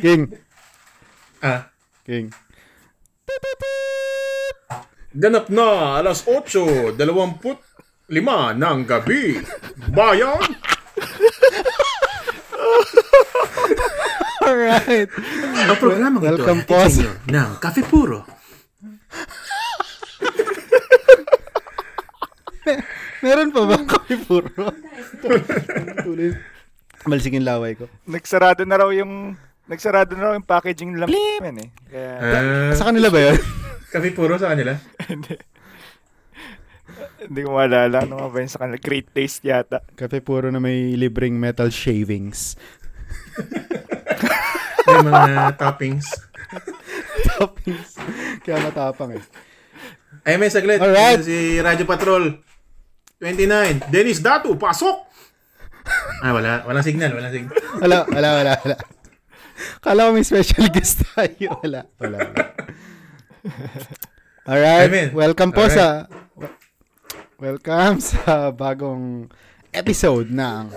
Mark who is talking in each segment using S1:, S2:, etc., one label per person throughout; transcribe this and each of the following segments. S1: King,
S2: Ah,
S1: King.
S2: Ganap na alas 8.25 ng gabi. Bayan!
S1: Alright.
S2: Ang programang ito
S1: Welcome
S2: ay
S1: po
S2: hatid sa
S1: sa-
S2: inyo ng Cafe Puro.
S1: Meron pa ba kami puro? Tuloy. Malisig yung laway ko.
S3: Nagsarado na raw yung nagsarado na raw yung packaging nila
S1: Bleep!
S3: yan eh. Kaya
S2: Ah,
S1: Sa kanila ba yun?
S2: Cafe Puro sa kanila?
S3: hindi ko maalala ano nga ba yun sa kanila. Great taste yata.
S1: Kape puro na may libreng metal shavings.
S2: May mga toppings.
S1: Toppings. Kaya matapang eh.
S2: Ay, may saglit.
S1: Alright.
S2: Ito Si Radyo Patrol. 29. Dennis Datu, pasok! Ah, wala. Walang signal, walang signal.
S1: Wala, wala, wala, wala. Kala ko may special guest tayo. Wala, wala, wala. Alright,
S2: Amen.
S1: welcome po
S2: Alright.
S1: sa... Welcome sa bagong episode ng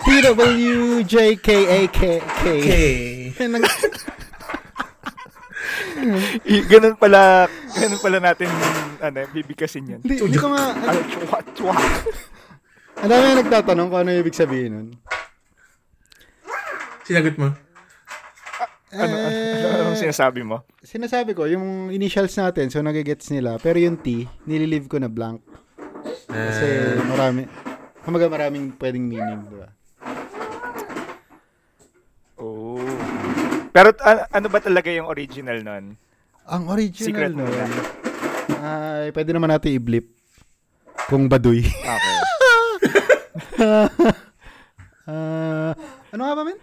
S1: TWJKAKK.
S2: Okay.
S1: Nag-
S3: I- Ganun pala, ganun pala natin ano, bibigkasin yan.
S1: Hindi hindi ko nga...
S3: Ano, chwa, chwa.
S1: Ang dami na nagtatanong kung ano yung ibig sabihin nun.
S2: Sinagot mo.
S3: Ano, ano, ano, anong sinasabi mo?
S1: Sinasabi ko, yung initials natin, so nagigets nila. Pero yung T, nililive ko na blank. Kasi marami, kumaga maraming pwedeng meaning, di ba?
S3: Oh. Pero an- ano ba talaga yung original nun?
S1: Ang original
S3: Secret
S1: nun,
S3: muna.
S1: ay pwede naman natin i-blip kung baduy.
S3: Okay.
S1: Ah, ano nga ba, men?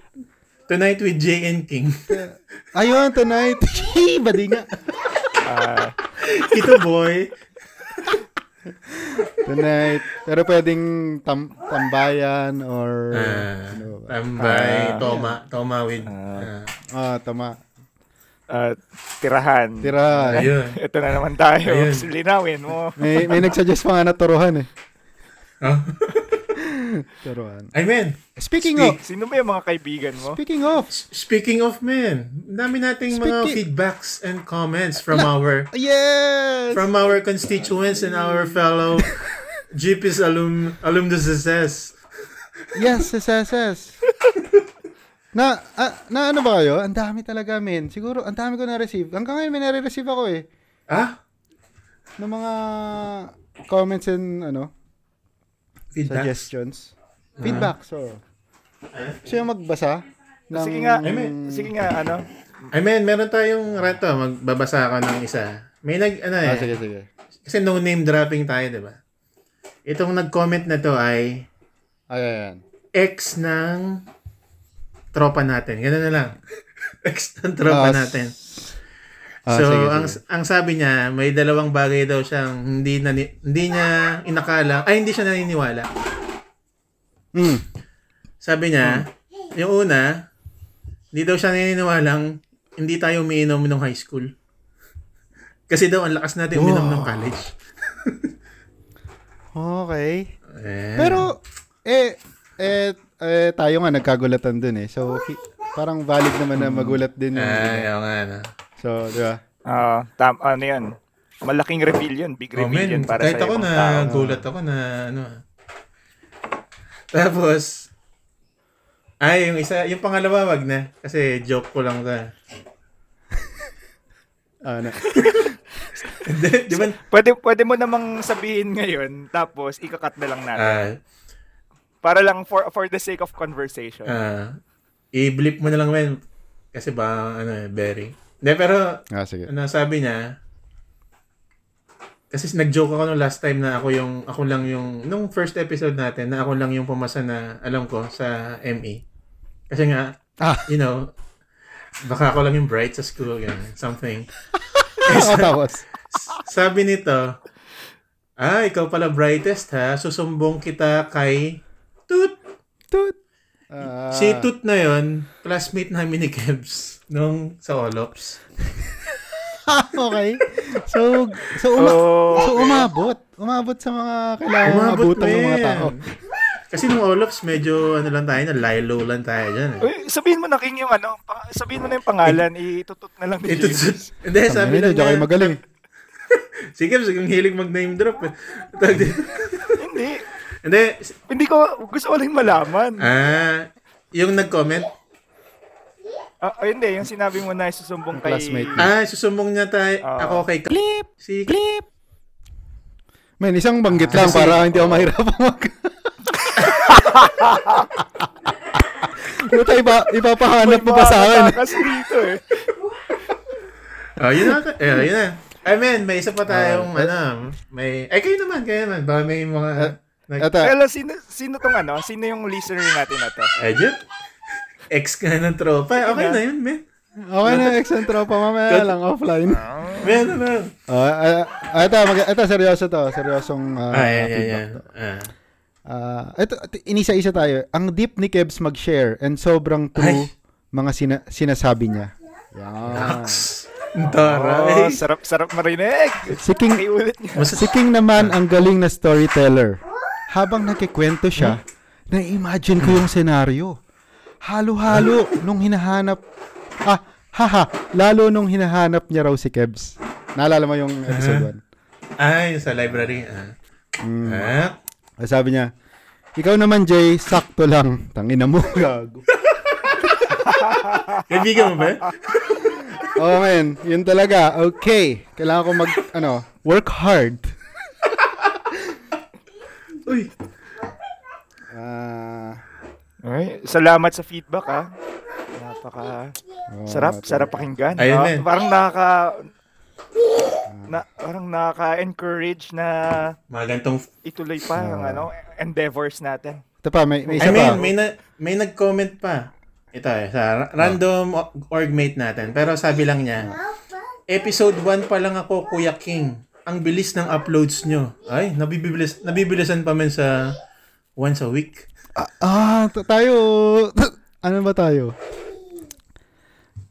S2: Tonight with JN King.
S1: Ayun, tonight. Hee, Badi nga.
S3: Ah,
S2: Ito, boy.
S1: Tonight. Pero pwedeng tam- tambayan or...
S2: Ah,
S1: ano ba?
S2: tambay.
S3: Ah.
S2: Toma. Toma with... ah,
S1: Ah, tama.
S3: ah, tirahan.
S1: Tira.
S2: ah, ayun.
S3: Ito na naman tayo.
S2: Ayun.
S3: Linawin mo.
S1: May, may nagsuggest pa nga na turuhan eh.
S2: Ah.
S1: Turuhan.
S2: Ay, men.
S1: Speaking of,
S2: Speak.
S3: Sino ba yung mga kaibigan mo?
S1: speaking of,
S2: Speaking of men, ang dami nating mga
S1: Speaking-
S2: feedbacks and comments from our
S1: yes!
S2: from our constituents and our fellow GPs alum alumnus SS.
S1: Yes, yes, yes, yes. na, ah, na ano ba kayo? Ang dami talaga, men. Siguro, ang dami ko na-receive. Hanggang ngayon, may nare-receive ako eh.
S2: Ah,
S1: Ng mga comments and, ano,
S2: feedback.
S1: suggestions.
S2: Ah.
S1: Feedback, so. Gusto nyo magbasa? Ng,
S3: Sige nga,
S2: Amen.
S3: sige nga, ano?
S2: Ay men, meron tayong rato magbabasa ako ng isa. May nag ano eh.
S1: Ah, sige, sige.
S2: Kasi no name dropping tayo, 'di ba? Itong nag-comment na to ay
S1: Ayan, ayan.
S2: ex ng tropa natin. Ganun na lang. ex ng
S1: Ah,
S2: tropa
S1: s-
S2: natin.
S1: Ah,
S2: so,
S1: sige,
S2: ang
S1: sige.
S2: ang sabi niya, may dalawang bagay daw siyang hindi na hindi niya inakala, ay hindi siya naniniwala.
S1: Mm.
S2: Sabi niya, yung una, hindi daw siya naniniwalang hindi tayo umiinom nung high school. Kasi daw ang lakas natin uminom ng college.
S1: Okay.
S2: Eh,
S1: Pero, eh, eh, eh, tayo nga nagkagulatan dun eh. So, hi- parang valid naman
S2: Mm.
S1: na magulat din. yung-
S2: ay, oo Ah, nga na.
S1: So, di ba?
S3: Ah, tam, ano yun? Malaking reveal yun. Big
S2: Oh,
S3: reveal yun
S2: man,
S3: para
S2: kahit
S3: sa
S2: ako
S3: ibang
S2: na
S3: tao.
S2: gulat ako na ano. ah. Tapos, ay, yung isa, yung pangalawa, wag na. Kasi joke ko lang ka.
S1: Ano?
S2: Di ba?
S3: Pwede, pwede mo namang sabihin ngayon, tapos ikakat na lang natin.
S2: Ah,
S3: para lang for for the sake of conversation.
S2: ah, i-blip mo na lang, men. Kasi ba, ano, eh, very. Hindi, pero,
S1: Ah, sige.
S2: ano sabi niya kasi nag-joke ako nung last time na ako yung ako lang yung nung first episode natin na ako lang yung pumasa na alam ko sa ME. Kasi nga
S1: Ah.
S2: you know baka ako lang yung bright sa school ganun, something.
S1: Oh, tapos.
S2: Sabi nito, ah, ikaw pala brightest ha, susumbong kita kay Tut.
S1: Tut. Ah,
S2: Si Tut na yon, classmate namin ni Kebs nung sa Olops.
S1: okay. So, so, uma-
S3: Oh,
S1: so umabot. Umabot sa mga kailangan
S2: Umabot Eh,
S1: mabutan ng mga
S2: men.
S1: tao.
S2: Kasi nung Olofs, medyo ano lang tayo, na lilo lang tayo dyan. Eh.
S3: Uy, sabihin mo na King yung ano, pa- sabihin mo na yung pangalan, itutot na
S1: Oh,
S3: lang ni
S2: Ito,
S3: Jesus.
S2: hindi, sabi lang
S1: Hindi kayo
S2: niya.
S1: magaling.
S2: Sige, sige, ang hilig mag-name drop. eh. Tawag dito.
S3: Hindi.
S2: Hindi,
S3: Hindi ko, gusto ko lang malaman.
S2: ah, yung nag-comment,
S3: Ah, ah, hindi, yung sinabi mo na isusumbong kay...
S1: Classmate.
S2: ah, susumbong niya tayo,
S3: Ah.
S2: ako kay Clip, si Clip.
S1: Man, isang banggit lang para hindi ako mahirap mag... Puta, iba, ipapahanap mo pa sa akin.
S3: Kasi dito eh.
S2: Oh, yun na, eh, yun na. I mean, may isa pa
S1: Ah,
S2: tayong, ano, may, ay, kayo naman, kayo naman, baka may mga, nag,
S1: Ata,
S3: Hello, sino, sino tong ano? Sino yung listener natin na to?
S2: ay, Jud, ex ka na ng tropa, okay na yun, men.
S1: okay na, ex and tropa, mamaya lang, offline.
S2: Men, ano lang.
S1: Ah, ah, ito, mag, ito, seryoso to. Seryosong ah,
S2: Ah, yan, yan,
S1: feedback
S2: yan.
S1: to.
S2: Ah.
S1: Ah, ito, ito, inisa-isa tayo. Ang deep ni Kebs mag-share and sobrang true
S2: Ay. Ah.
S1: mga sina- sinasabi niya. Yan.
S2: Aks. Ang eh. Taray.
S3: Oh, sarap, sarap marinig.
S1: Si King,
S3: Iulit niya.
S2: Mas-
S1: si King naman ang galing na storyteller. Habang nakikwento siya, na-imagine ko yung senaryo. Halo-halo nung hinahanap... Ah, haha, lalo nung hinahanap niya raw si Kebs. Naalala mo yung episode 1?
S2: Ay, sa library. Ah.
S1: Mm.
S2: Ah.
S1: Ah, Sabi niya, ikaw naman, Jay, sakto lang. Tangina mo, gago.
S2: Kaibigan mo ba?
S1: oh, man. Yun talaga. Okay. Kailangan ko mag, ano, work hard.
S2: Uy.
S1: Ah,
S3: Ay, salamat sa feedback ah. Napaka
S1: oh,
S3: sarap, sarap pakinggan.
S2: Ayun
S3: Ah,
S2: na eh.
S3: parang nakaka na, parang nakaka-encourage na
S2: Mga gantong...
S3: ituloy pa ang ano, endeavors natin.
S1: Ito pa, may, may
S2: I
S1: isa
S2: mean,
S1: pa. Ah.
S2: may, na, may nag-comment pa. Ito eh, sa ra- random o- orgmate natin. Pero sabi lang niya, episode 1 pa lang ako, Kuya King. Ang bilis ng uploads nyo. Ay, nabibilis, nabibilisan pa man sa once a week.
S1: Ah, t- tayo. ano ba tayo?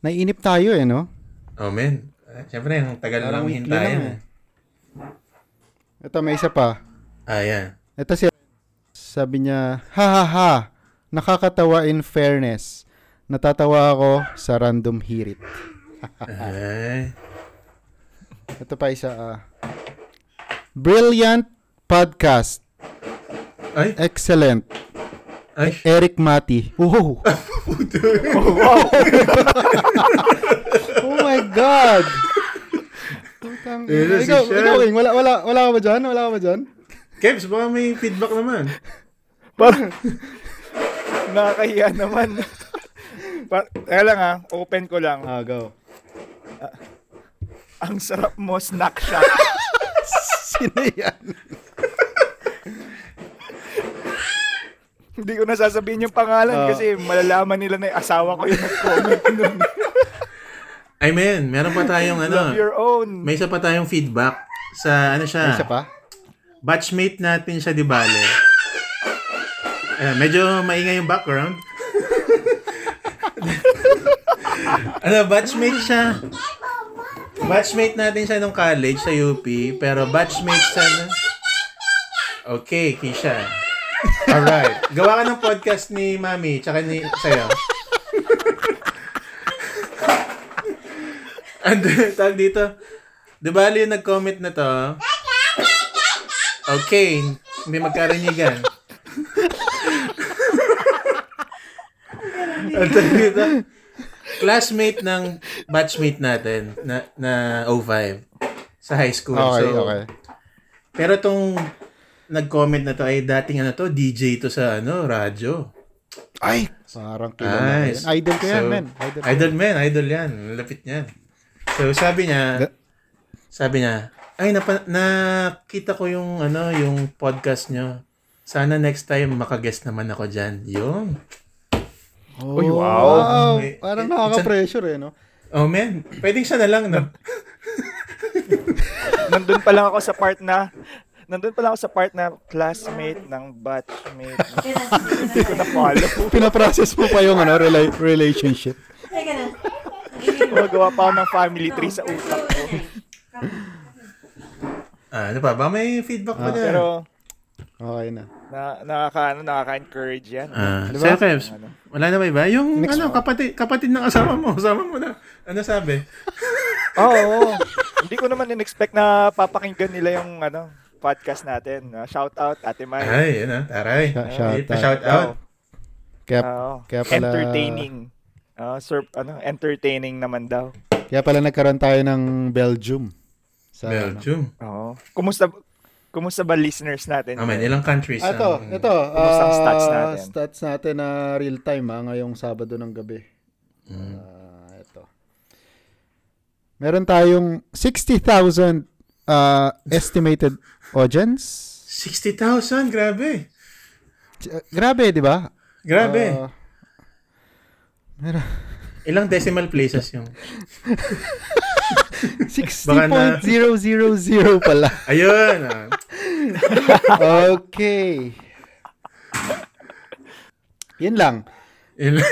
S1: Naiinip tayo eh, no?
S2: Oh, man. Ah, Siyempre, ang tagal
S1: Parang
S2: lang
S1: weekly
S2: hintayin.
S1: lang eh. Ito, may isa pa.
S2: Ah, yan.
S1: Ito si sabi niya, ha ha ha, nakakatawa in fairness. Natatawa ako sa random hirit. Ah.
S2: Ay.
S1: Ito pa isa. ah. Brilliant podcast.
S2: Ay,
S1: Excellent.
S2: ay.
S1: Eric Mati. Wow. oh my God. Putang ina.
S2: Eh, si
S1: ikaw,
S2: Chef.
S1: ikaw, King, wala, wala, wala ka ba dyan? Wala ka ba dyan?
S2: Kebs, baka may feedback naman.
S3: Parang nakakahiya naman. Par- Teka lang ah, open ko lang.
S1: Ah, go.
S3: Ang sarap mo, snack shop.
S1: Sino yan?
S3: Hindi ko na sasabihin yung pangalan
S1: Ah.
S3: kasi malalaman nila na yung asawa ko yung nag-comment nun.
S2: Ay, man. Meron pa tayong ano.
S3: Your own.
S2: May isa pa tayong feedback sa ano siya.
S1: Isa pa?
S2: Batchmate natin siya di bale. Eh, medyo maingay yung background. ano, batchmate siya. Batchmate natin siya nung college sa UP, pero batchmate siya na... Okay, Kisha. Alright. Gawa ka ng podcast ni Mami, tsaka ni sa'yo. And then, tag dito. Di ba yung nag-comment na to? Okay, hindi magkarinigan. At tag dito, classmate ng batchmate natin na, na 05 sa high school.
S1: Okay,
S2: so,
S1: okay.
S2: pero tong nag-comment na to ay dating ano to, DJ to sa ano, radyo.
S1: Ay! Parang kilala. Nice.
S2: Nice.
S1: Idol ko yan,
S2: Ah, So,
S1: men. Idol. ko.
S2: Idol man, idol yan. Lapit niyan. So sabi niya,
S1: Ga-
S2: sabi niya, ay napa- nakita ko yung ano, yung podcast niyo. Sana next time makaguest naman ako diyan. Yung.
S1: Oh,
S3: Uy, wow.
S2: May-
S1: Parang
S2: it's an-
S1: nakaka-pressure eh, no?
S2: Oh man, pwedeng siya na lang no.
S3: Nandun pa lang ako sa part na Nandun pa lang ako sa part na classmate ng batchmate. Hindi ko na follow.
S1: Pinaprocess mo pa yung ano, rela- relationship.
S4: Teka na.
S3: Magawa pa ako ng family tree sa utak ko.
S2: Ah, ano pa ba may feedback pa
S1: Ah,
S2: niya?
S3: Pero
S1: Okay na.
S3: Na, nakaka, ano, nakaka-encourage yan.
S2: Ah,
S1: Ano ba?
S2: Sir Kebs,
S3: Ano?
S2: wala na ba iba? Yung
S1: Next
S2: ano, kapatid, kapatid ng asawa mo, asawa mo na. Ano sabi?
S3: Oo. oo. Hindi ko naman in-expect na papakinggan nila yung ano, podcast natin. Ah, shout out, Ate Mai.
S2: Ay, yun ah, taray.
S1: Shout-
S2: Ay,
S1: shout
S2: pa- shout out.
S1: Kaya,
S3: Oo.
S1: kaya pala,
S3: entertaining. Ah, sir, ano, entertaining naman daw.
S1: kaya pala nagkaroon tayo ng Belgium. Sa, ano?
S2: Belgium.
S3: Oo. Kumusta kumusta ba listeners natin?
S2: Aman, ilang countries
S1: Ah, ito,
S2: ang-
S1: ito.
S3: Kumusta ang stats
S1: ah,
S3: natin?
S1: stats natin na real time ah, ngayong Sabado ng gabi. Ah, ito. Meron tayong 60,000 ah, estimated audience.
S2: 60,000, grabe.
S1: Uh, grabe, di ba?
S2: Grabe.
S1: Ah, meron-
S2: ilang decimal places yung?
S1: 60.000 pala.
S2: Ayun. ah.
S1: Okay. Yun lang.
S2: Il-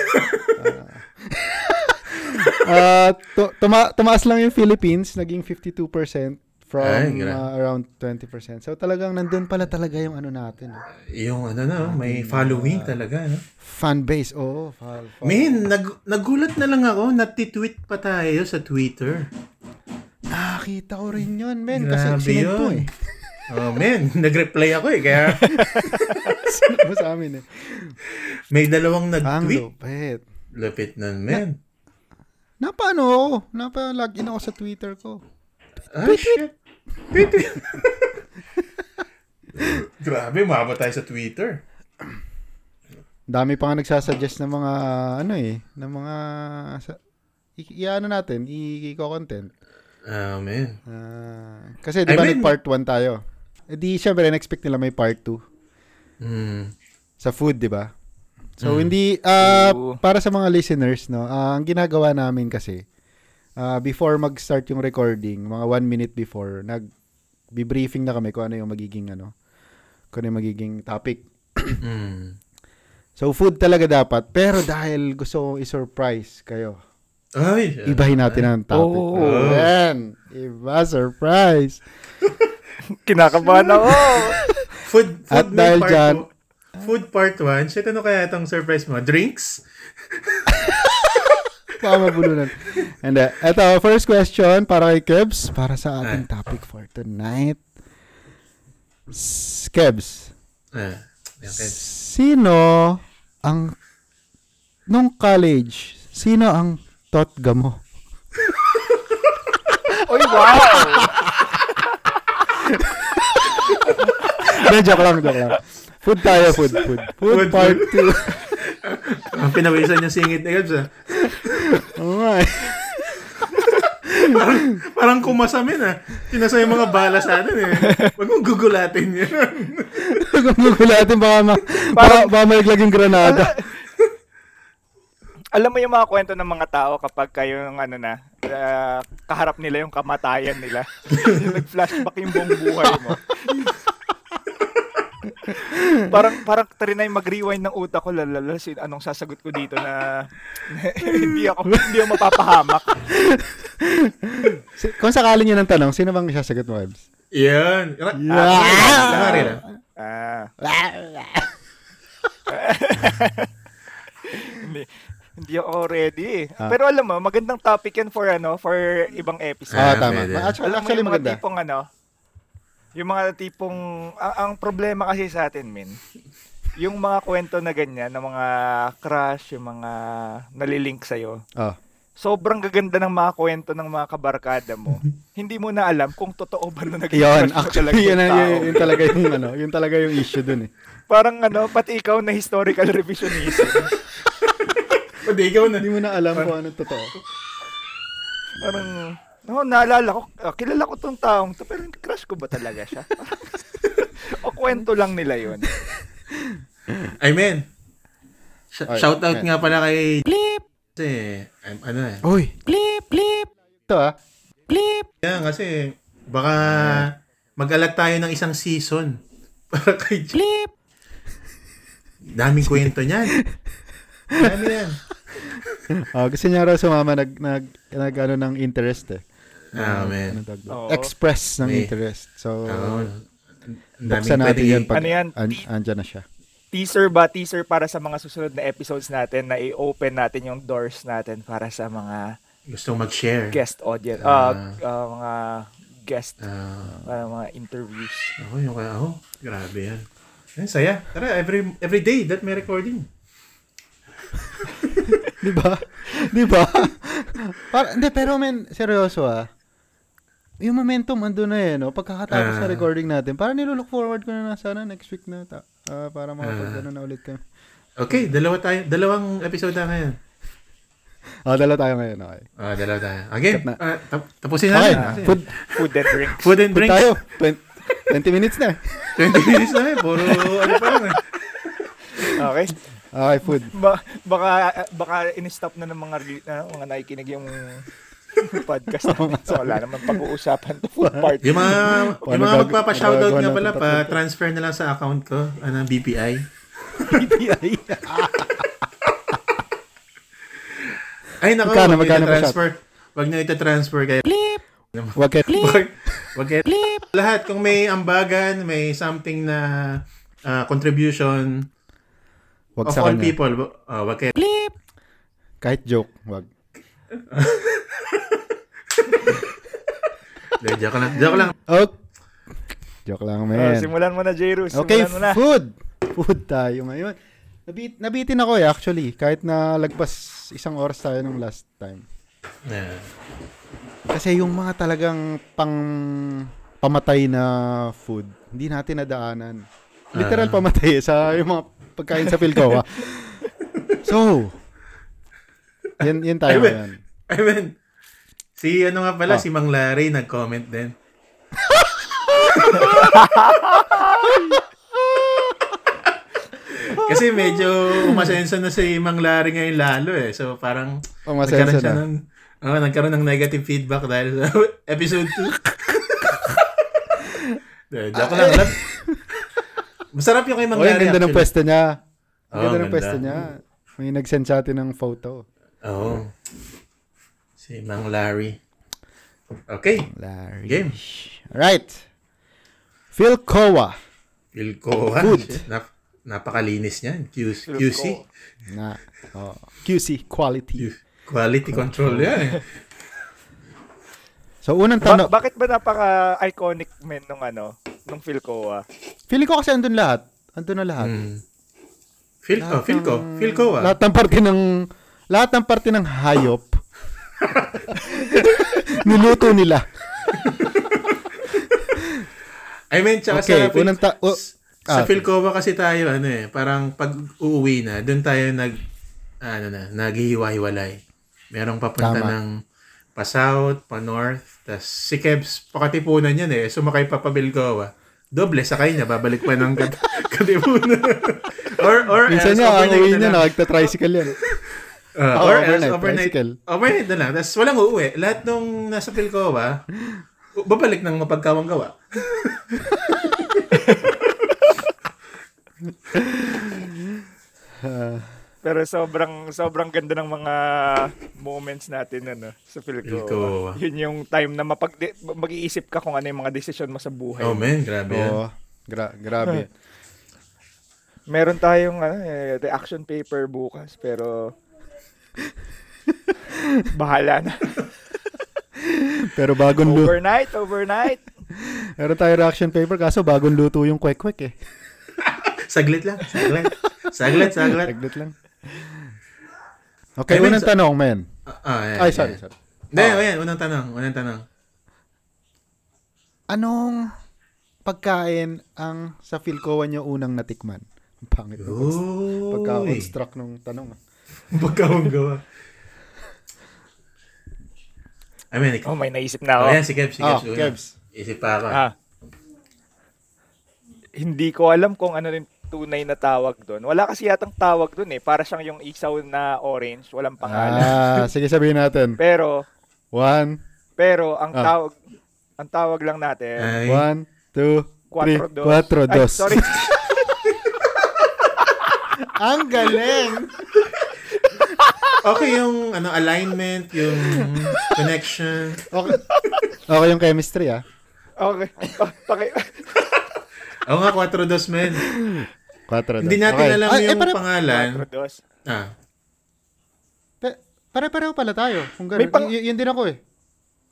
S1: Ah, tu- tuma- tumaas lang yung Philippines, naging 52% from
S2: Ay, gra-
S1: ah, around 20%. So talagang nandun pala talaga yung ano natin. ah.
S2: yung ano na, may following talaga. No?
S1: Fan base. Oo. fan- fan-
S2: Min, nag- nagulat na lang ako, natitweet pa tayo sa Twitter.
S1: Nakakita ko rin yun, men. Kasi
S2: Grabe
S1: sinend mo
S2: yun.
S1: eh.
S2: Oh, men, nag-reply ako eh. Kaya
S1: Sinend mo sa amin eh.
S2: may dalawang
S1: Ang
S2: nag-tweet.
S1: lupit.
S2: Lupit nun, men.
S1: Napaano ako? Napa-login ako sa Twitter ko.
S2: Ah, shit. Tweet, tweet. Grabe, mababa tayo sa Twitter.
S1: Dami pa nga nagsasuggest ng mga ano eh, ng mga sa, i- i-ano natin, i-content.
S2: Ah, men.
S1: Ah, kasi di
S2: I
S1: ba
S2: mean-
S1: nag-part 1 tayo? Eh di syempre na-expect nila may part 2
S2: Mm.
S1: sa food, di ba? So
S2: Hmm.
S1: hindi ah,
S3: Oo.
S1: para sa mga listeners no, ah, ang ginagawa namin kasi ah, before mag-start yung recording, mga one minute before, nag briefing na kami kung ano yung magiging ano, kung ano yung magiging topic.
S2: Mm.
S1: So food talaga dapat, pero dahil gusto kong i-surprise kayo,
S2: Ay, siya.
S1: Ibahin natin ang topic.
S3: Oh.
S1: Ayan. Iba, surprise.
S3: Kinakabahan ako.
S2: Food, food
S1: At
S2: may
S1: dahil
S2: part
S1: dyan-
S2: o- Food part 1. Shit, ano kaya itong surprise mo? Drinks?
S1: Baka mabulunan. And uh, eto, first question para kay Kebs, para sa ating topic for tonight. S- Kebs,
S2: Ah, okay.
S1: sino ang, nung college, sino ang totga mo?
S3: Oy, wow!
S1: Hindi, joke lang, joke lang. Food tayo, food, food. Food,
S2: Food,
S1: part
S2: food.
S1: 2.
S2: Ang pinawisan yung singit na Gabs, ah.
S1: Oh my.
S2: Parang, parang kumasamin ah. Pinasa yung mga bala sa atin eh. Huwag mong gugulatin yun.
S1: Huwag mong gugulatin, baka, ma, baka,
S3: Parang-
S1: baka maliglag yung granada.
S3: Alam mo yung mga kwento ng mga tao kapag kayo yung ano na, ah, kaharap nila yung kamatayan nila. Yung Nag-flashback yung buong buhay mo. parang parang trinay mag-rewind ng utak ko lalala sin anong sasagot ko dito na hindi ako hindi ako mapapahamak.
S1: Si- Kung sakaling yun ang tanong, sino bang sasagot mo, Ebs?
S2: Yan.
S1: Yeah.
S2: Sorry na.
S3: Ah, hindi, hindi ako ready. eh. Pero alam mo, magandang topic yan for ano, for ibang episode.
S1: Ah,
S2: Ah,
S1: tama.
S2: pwede.
S1: Actually,
S3: Alam mo
S1: actually
S3: yung mga
S1: maganda.
S3: tipong ano, yung mga tipong, ang, ang problema kasi sa atin, Min, yung mga kwento na ganyan, ng mga crush, yung mga nalilink sa'yo,
S1: Oh.
S3: sobrang gaganda ng mga kwento ng mga kabarkada mo. Hindi mo na alam kung totoo ba na naging
S1: Yun,
S3: crush mo talaga
S1: actually, yun,
S3: yung
S1: ang-
S3: tao.
S1: yun, yun talaga yung, ano, yun talaga yung issue dun eh.
S3: Parang ano, pati ikaw na historical revisionism.
S2: Pwede ikaw na.
S1: Hindi mo na alam kung ano totoo.
S3: Parang, no, naalala ko, ah, kilala ko tong taong to, pero crush ko ba talaga siya? o kwento lang nila yun.
S2: I mean, sh-
S1: Alright,
S2: shout out
S1: men.
S2: nga pala kay kasi um, ano eh.
S1: Uy! Clip! Clip! Ito ah. Clip!
S2: Yan, kasi baka mag-alat tayo ng isang season para kay J-
S1: Clip!
S2: Daming kwento niyan. Dami yan.
S1: Oh, kasi niya raw sumama nag, nag, nag ano, ng interest eh.
S2: Ah, man.
S1: Anong tawag doon?
S3: Oo.
S1: Express ng
S2: May-
S1: interest. So,
S2: Oo.
S1: Buksan natin yan pag
S3: Ano yan?
S1: an- andyan na siya.
S3: Teaser ba? Teaser para sa mga susunod na episodes natin na i-open natin yung doors natin para sa mga
S2: Gusto mag-share.
S3: guest audience.
S2: Ah.
S3: ah, ah, mga guest.
S2: Ah,
S3: para mga interviews.
S2: ako yung kaya ako. Grabe yan. Ay, saya. Tara, every, every day that may recording.
S1: Di ba? Di ba? Para, hindi, pero men, seryoso ah. Yung momentum ando na eh, no? Pagkakatapos
S2: Ah.
S1: sa recording natin, para nilulook forward ko na na sana next week na ta. ah, para makapag ano na ulit kami.
S2: Okay, dalawa tayo. Dalawang episode na ngayon.
S1: Ah, dala tayo ngayon, okay.
S2: Ah, dalawa tayo. Again,
S1: Cut na.
S2: ah, tap- tapusin
S1: Okay,
S2: natin. Kasi
S1: food,
S3: Food and drinks.
S2: Food and
S1: food
S2: drink.
S1: tayo. 20, 20 minutes na eh.
S2: 20 minutes na eh. Puro ano pa lang eh.
S3: Okay.
S1: Okay, food.
S3: Ba- baka baka in-stop na ng mga re- na, mga nakikinig yung podcast natin. So wala naman pag-uusapan to food part.
S2: Yung mga,
S1: Paano
S2: yung mga
S1: gag- gagawa
S2: magpapa-shoutout nga
S1: natin
S2: pala
S1: tatlo
S2: pa, transfer na lang sa account ko. Ano, BPI.
S1: BPI.
S2: Ay, naku,
S1: Magkano,
S2: wag nyo
S1: magkano pa
S2: transfer. Wag nyo ito-transfer kayo.
S1: Wag kayo.
S2: Wag, wag kayo. Lahat, kung may ambagan, may something na ah, contribution
S1: Wag
S2: of
S1: sa
S2: all
S1: kanya.
S2: people, ah, wag kayo.
S1: Kahit joke, wag.
S2: Hindi, Joke lang. Joke lang.
S1: Oh. Joke lang,
S3: Oh,
S2: Ah,
S1: men.
S3: simulan mo na, Jeru. Simulan
S1: Okay,
S3: mo na.
S1: food. Food tayo ngayon. Nabit, nabitin ako eh, actually. Kahit na lagpas isang oras tayo nung last time.
S2: Yeah.
S1: Kasi yung mga talagang pang pamatay na food, hindi natin nadaanan. Literal
S2: Ah.
S1: pamatay eh, sa yung mga pagkain sa Pilcoa. so, yan, yan tayo
S2: Ayun.
S1: ngayon.
S2: I mean, si ano nga
S1: Ah.
S2: pala, si Mang Larry nag-comment din. Kasi medyo umasenso na si Mang Larry ngayon lalo eh. So parang
S1: Umasenso
S2: nagkaroon siya
S1: na.
S2: ng, oh, nagkaroon ng negative feedback dahil sa episode 2. Joke lang. alam. Masarap yung kay Mang
S1: O, ang
S2: Larry.
S1: ganda ng
S2: actually.
S1: pwesto niya. Ang
S2: Oo,
S1: ganda ng
S2: ganda.
S1: pwesto niya. May nag-send sa atin ng photo.
S2: Oo. Si Mang Larry. Okay.
S1: Larry.
S2: Game.
S1: Alright. Philcoa.
S2: Feel ko, ha?
S1: Good.
S2: Shit, Nap- napakalinis niyan. QC.
S3: Feel
S2: QC.
S3: ko.
S1: Na, oh, QC, quality.
S2: Q- Quality control yan eh.
S1: So, unang
S3: Ba-
S1: tanong.
S3: bakit ba napaka-iconic men nung ano, nung feel ko ah?
S1: feeling ko kasi andun lahat. Andun na lahat.
S2: Mm. Feel ko,
S1: Lahat
S2: feel ko,
S1: ng-
S2: feel ko ah.
S1: Lahat ng parte ng lahat ng parte ng hayop. niluto nila.
S2: I mean, tsaka
S1: Okay,
S2: sa, feel,
S1: unang ta- oh,
S2: sa
S1: ah.
S2: feel ko ba kasi tayo ano eh, parang pag uuwi na, doon tayo nag, ano na, naghihiwa-hiwalay. Merong papunta
S1: Tama.
S2: ng pa south, pa north, tas si Kebs, pakatipunan yan eh, sumakay pa pa Bilgoa. Doble sakay niya, babalik pa ng kat- katipunan. or, or,
S1: Minsan
S2: else,
S1: nga, ano ang
S2: overnight
S1: uwi
S2: eh, na
S1: niya,
S2: lang.
S1: nakagta-tricycle yan. eh.
S2: Uh,
S1: Oh,
S2: or
S1: overnight,
S2: else, overnight.
S1: tricycle.
S2: Overnight na lang. Tapos walang uuwi. Lahat nung nasa Pilcoa, u- babalik ng mapagkawang gawa.
S1: Ah,
S3: Pero sobrang sobrang ganda ng mga moments natin ano sa
S2: Pilcoa.
S3: Philco. Yun yung time na mapag mag-iisip ka kung ano yung mga desisyon mo sa buhay.
S2: Oh man, grabe yan.
S1: oo. Gra- grabe.
S3: Meron tayong ano, eh, reaction paper bukas pero bahala na.
S1: Pero bagong luto.
S3: Overnight, overnight.
S1: Meron tayo reaction paper, kaso bagong luto yung kwek-kwek eh.
S2: Saglit lang. Saglit. Saglit, saglit.
S1: Taglit lang. Okay,
S2: I mean,
S1: unang
S2: sa-
S1: tanong, men.
S2: Ah, ah, ayan,
S1: Ay, sorry,
S2: ayan.
S1: sorry. Ah.
S2: Hindi, ayan. Unang tanong. Unang tanong.
S1: Anong pagkain ang sa Philcoa nyo unang natikman? Ang pangit. Oh.
S2: Uy.
S1: Pagka-construct nung tanong. ah.
S2: Pagkawang gawa. I mean, ikaw.
S3: Oh, may naisip na ako.
S2: Oh, ayan, si Kebs. Si
S1: Ah,
S2: Kebs. una.
S1: Kebs.
S2: Isip pa ako.
S3: Ah. Hindi ko alam kung ano yung tunay na tawag doon. Wala kasi yatang tawag doon eh. Para siyang yung isaw na orange, walang pangalan.
S1: Ah, sige sabihin natin.
S3: Pero
S1: One,
S3: pero ang
S1: Ah.
S3: tawag ang tawag lang natin
S2: Ay.
S1: one, two, three,
S3: Quattro dos.
S1: quattro,
S3: Ay,
S1: dos.
S3: sorry.
S1: Ang galing!
S2: Okay yung ano alignment, yung connection.
S1: Okay. okay yung chemistry ah.
S3: Okay. Oh, paki-
S2: Oo nga, 4 dos, men.
S4: Quattro
S2: Hindi
S4: daw.
S2: natin
S4: Okay.
S2: alam
S1: Ay, eh,
S2: yung
S1: pare-
S2: pangalan.
S3: Dos.
S2: Ah,
S1: Pe- pare-pareho pala tayo. Kung
S3: May
S1: ganun.
S3: pang-
S1: Y- yun din ako eh.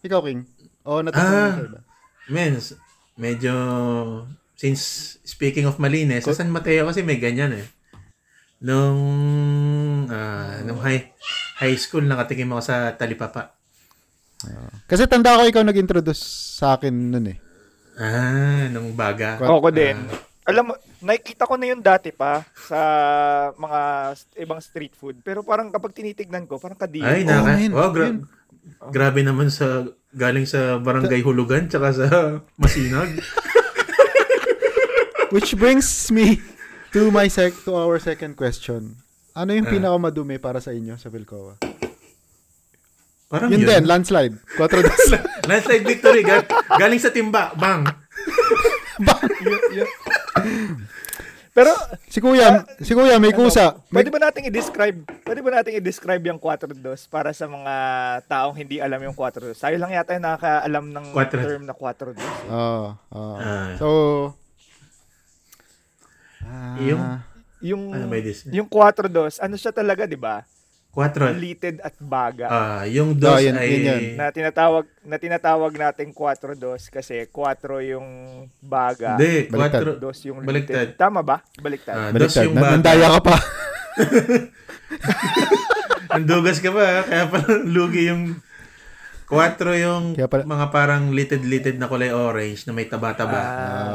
S1: Ikaw, King. Oo, oh,
S2: Ah.
S1: natutunan sa iba.
S2: men, s- medyo... Since speaking of Malines, sa San Mateo kasi may ganyan eh. Nung, ah, nung high, high school, nakatikim ako sa Talipapa.
S1: Kasi tanda ko ikaw nag-introduce sa akin nun eh.
S2: Ah, nung baga.
S3: Ako din.
S1: Ah.
S3: Alam mo, nakikita ko na yun dati pa sa mga s- ibang street food. Pero parang kapag tinitignan ko, parang kadiri.
S2: Ay, naka.
S1: men,
S2: Oh, gra-
S1: yun.
S2: grabe naman sa galing sa Barangay Hulugan tsaka sa Masinag.
S1: Which brings me to my sec to our second question. Ano yung pinakamadumi para sa inyo sa Vilcoa?
S2: Parang
S1: Yun
S2: yun.
S1: din, landslide. Quattro dos.
S2: Landslide victory. Ga- galing sa timba. Bang.
S3: Pero, ano,
S1: si Kuya, si Kuya may kusa. May,
S3: pwede ba nating i-describe, pwede ba nating i-describe yung 4 dos para sa mga taong hindi alam yung 4 dos? Tayo lang yata yung nakakaalam ng
S2: Quatro.
S3: term na 4 dos.
S1: Oo, oo.
S2: Ah.
S1: So ah,
S2: Yung
S3: Yung,
S2: Ano ba this?
S3: yung 4 dos, ano siya talaga, di ba?
S2: Quattro.
S3: Litid at baga.
S2: Ah, yung dos
S1: Oh, yun,
S2: ay
S1: yun, yun.
S3: na tinatawag na tinatawag nating 4 dos kasi 4 yung baga.
S2: Hindi,
S1: Baliktad.
S2: quattro.
S3: Dos yung
S2: Baliktad.
S3: litid. Tama ba? Baliktad.
S2: Ah, dos
S1: baliktad.
S2: yung
S1: Na-
S2: baga.
S1: Nandaya ka pa.
S2: Nandugas ka ba? ah? Kaya parang lugi yung Quattro yung
S1: Kaya pala-
S2: mga parang litid-litid na kulay orange na may taba-taba.
S1: Ah.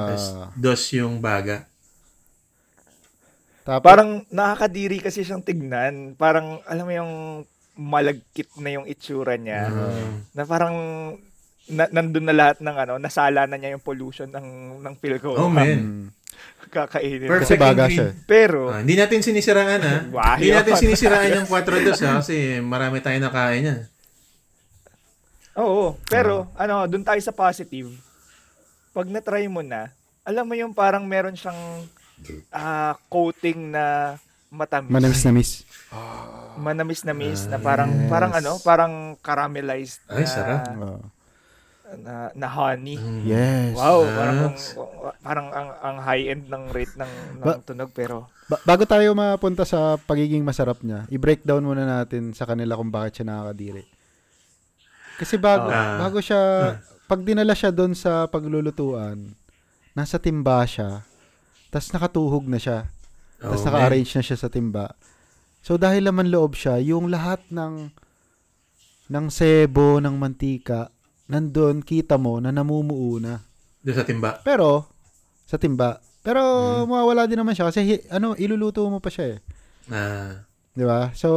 S2: Tapos dos yung baga.
S1: Tapos,
S3: Parang nakakadiri kasi siyang tignan. Parang alam mo yung malagkit na yung itsura niya.
S2: Ah.
S1: Ah.
S3: Na parang na, nandun na lahat ng ano, nasala na niya yung pollution ng ng Philco.
S2: Oh, man.
S1: mm,
S3: Kakainin.
S1: Um, kasi
S2: Perfect.
S1: baga
S2: Green.
S1: siya. eh.
S3: Pero
S2: Ah, hindi natin sinisiraan ha.
S3: Wow.
S2: hindi natin sinisiraan yung 4-2 ha kasi marami tayong nakain yan.
S3: Oo, pero
S1: Ah.
S3: ano, dun tayo sa positive. Pag na-try mo na, alam mo yung parang meron siyang ah, coating na matamis.
S1: Manamis na miss.
S3: Manamis na miss
S1: Ah,
S3: na parang parang ano, parang caramelized
S2: Ay,
S3: na,
S2: sarap.
S1: Oo.
S3: na, na honey.
S1: Mm, Yes. ah.
S3: Wow,
S2: Sarap.
S3: parang ang- parang ang, ang high end ng rate ng, ng
S1: Ba-
S3: tunog pero
S1: Ba- bago tayo mapunta sa pagiging masarap niya, i-breakdown muna natin sa kanila kung bakit siya nakakadiri. Kasi bago,
S2: Ah.
S1: bago siya, pag dinala siya doon sa paglulutuan, nasa timba siya, tas nakatuhog na siya, tas
S2: Oh,
S1: naka-arrange na siya sa timba. So dahil laman loob siya, yung lahat ng ng sebo, ng mantika, nandun, kita mo na namumuo na.
S2: Doon sa timba.
S1: Pero, sa timba. Pero, mawawala din naman siya kasi hi- ano, iluluto mo pa siya eh.
S2: Ah,
S1: 'Di ba? So,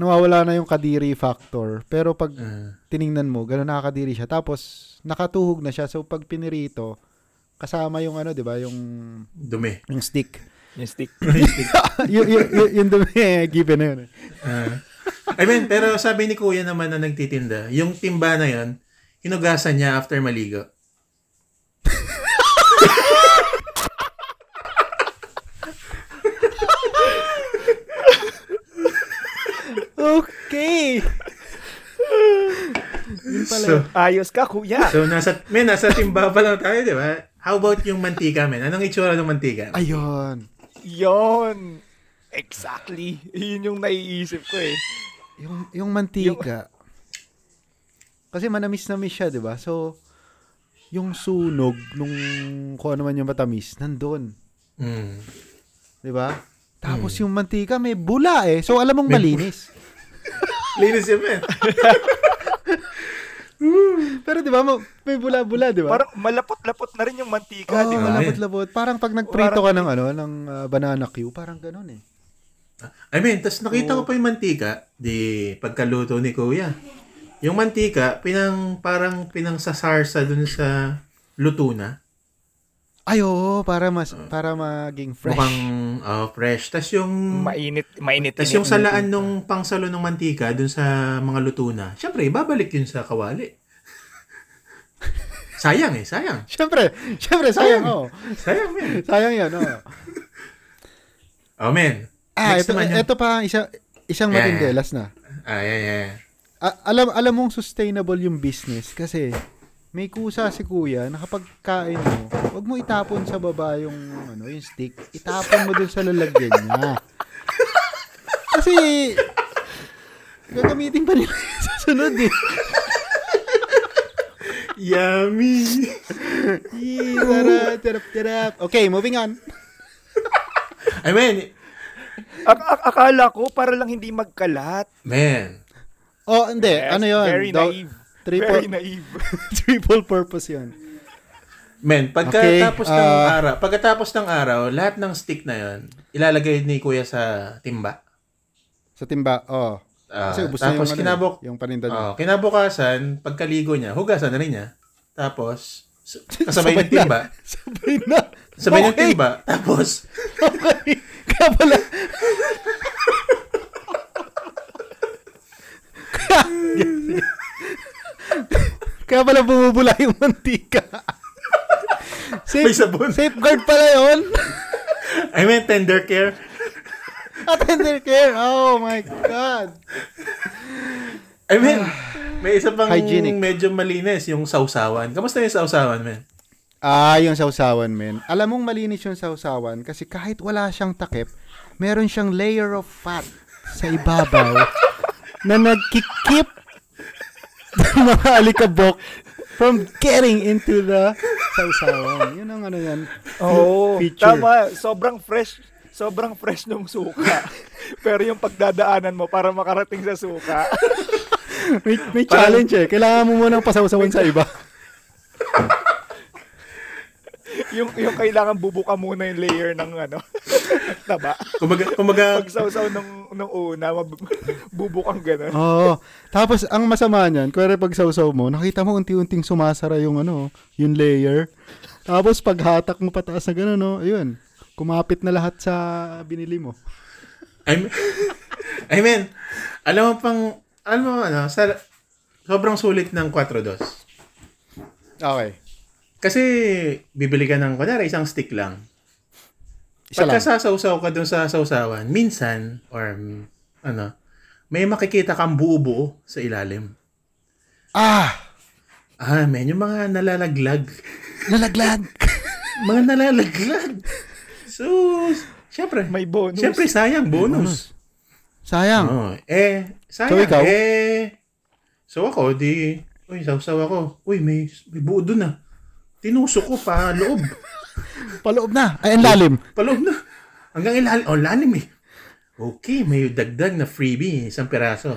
S1: nawawala na yung kadiri factor. Pero pag
S2: ah.
S1: tiningnan mo, gano'n nakakadiri siya. Tapos, nakatuhog na siya. So, pag pinirito, kasama yung ano, 'di ba? Yung,
S2: dumi.
S1: yung stick.
S3: yung stick.
S1: yung, yung, yung, yung dumi, eh, given na yun. eh.
S2: Ah. I mean, pero sabi ni kuya naman na nagtitinda, yung timba na yon, hinugasan niya after maligo.
S1: Okay!
S2: So,
S3: Ayos ka kuya.
S2: so nasa, men, nasa timba pa lang tayo, di ba? How about yung mantika, men? Anong itsura ng mantika?
S1: Ayun.
S3: Yon. Exactly. Yun yung naiisip ko eh.
S1: Yung, yung mantika. Kasi manamis na miss siya, di ba? So, yung sunog nung kung ano man yung matamis, nandun.
S2: Mm.
S1: Di ba? Tapos yung mantika, may bula eh. So, alam mong malinis.
S2: Ladies and men.
S1: Pero di ba, ma- may bula-bula, di ba?
S3: Parang malapot-lapot na rin yung mantika,
S1: Oo,
S3: diba? di ba?
S1: malabot-labot. Parang pag nagprito ka ng ano, ng ah, banana cue, parang ganun eh.
S2: I mean, tas nakita ko pa yung mantika, di pagkaluto ni kuya. Yung mantika, pinang, parang pinang sasarsa dun sa luto na.
S1: Ay, oo, para, mas, para maging fresh.
S2: Mukhang oh, fresh. Tas yung,
S3: Mainit, mainit.
S2: tas yung salaan nung pangsalo ng mantika dun sa mga luto na, syempre, babalik yun sa kawali. sayang eh, sayang.
S1: Siyempre, siyempre, sayang, oo.
S2: Sayang man.
S1: Sayang yan, oo.
S2: Oh man.
S1: Ah,
S2: Next
S1: ito,
S2: naman yung-
S1: ito pa, ang isa, isang
S2: Yeah,
S1: matindi,
S2: yeah.
S1: last na.
S2: Ah, yeah, yeah.
S1: A- alam alam mong sustainable yung business kasi may kusa si kuya na kapag kain mo, huwag mo itapon sa baba yung, ano, yung stick. Itapon mo dun sa lalagyan niya. Kasi, gagamitin pa nila yun sa sunod eh.
S2: Yummy!
S1: Yee, sarap, sarap, sarap. Okay, moving on.
S2: I mean,
S3: Ak- ak- akala ko para lang hindi magkalat.
S2: man.
S1: Oh, hindi.
S3: Yes,
S1: ano yun?
S3: Very
S1: Daw-
S3: naive.
S1: Triple,
S3: Very naive.
S1: triple purpose yun.
S2: Man, pagkatapos
S1: Okay,
S2: ng
S1: ah.
S2: araw, pagkatapos ng araw, lahat ng stick na yon ilalagay ni Kuya sa timba.
S1: Sa timba, oh.
S2: Ah,
S1: Kasi ubus na yung,
S2: tapos
S1: ano,
S2: kinabuk
S1: yung paninda niya.
S2: oh, kinabukasan, pagkaligo niya, hugasan na rin niya. Tapos, s- kasabay ng
S1: na.
S2: timba.
S1: Sabay na.
S2: Sabay ng
S1: Okay.
S2: timba. Tapos,
S1: Okay. Kaya pala. Kaya, kaya pala bumubula yung mantika. Safe,
S2: May sabon.
S1: Safeguard pala yun.
S2: I mean, tender care.
S1: Attender care. Oh my God.
S2: I mean, may isa pang
S1: Hygienic.
S2: medyo malinis, yung sausawan. Kamusta yung sausawan, man?
S1: Ah, yung sausawan, men. Alam mong malinis yung sausawan kasi kahit wala siyang takip, meron siyang layer of fat sa ibabaw na nagkikip ng mga alikabok from getting into the sausawan. Yun ang ano yan.
S3: Oo.
S1: Feature.
S3: Tama. Sobrang fresh. Sobrang fresh nung suka. Pero yung pagdadaanan mo para makarating sa suka.
S1: May, may challenge eh. Kailangan mo munang pasausawan sa iba.
S3: yung yung kailangan bubuka muna yung layer ng ano taba
S2: Kumbaga, kumbaga,
S3: pag sausaw nung nung una mab- bubukang ganun
S1: Oo. Tapos, ang masama niyan, kuwari pag sausaw mo, nakita mo unti-unting sumasara yung ano, yung layer. Tapos, pag hatak mo pataas na gano'n, no, ayun, kumapit na lahat sa binili mo.
S2: I mean, I mean, alam mo pang, alam mo ano, sa, sobrang sulit ng 4 dos.
S1: Okay.
S2: Kasi, bibili ka ng, kunyari, isang stick lang.
S1: Isa lang.
S2: Pagka sasawsaw ka dun sa sausawan, minsan, or, mm, ano, may makikita kang buo-buo sa ilalim.
S1: Ah!
S2: Ah, men, yung mga nalalaglag.
S1: Nalaglag!
S2: mga nalalaglag. So, syempre.
S3: may bonus
S2: Syempre, sayang. Bonus.
S1: Sayang.
S2: Oo. eh, sayang.
S1: Ah. So, ikaw?
S2: Eh, so ako, di, uy, sawsaw ako. Uy, may, may buo dun ah. Tinusok ko pa loob.
S1: Paloob na. Ay, ang lalim.
S2: Paloob na. Hanggang ilalim. Oh, lalim eh. Okay, may dagdag na freebie. Isang piraso.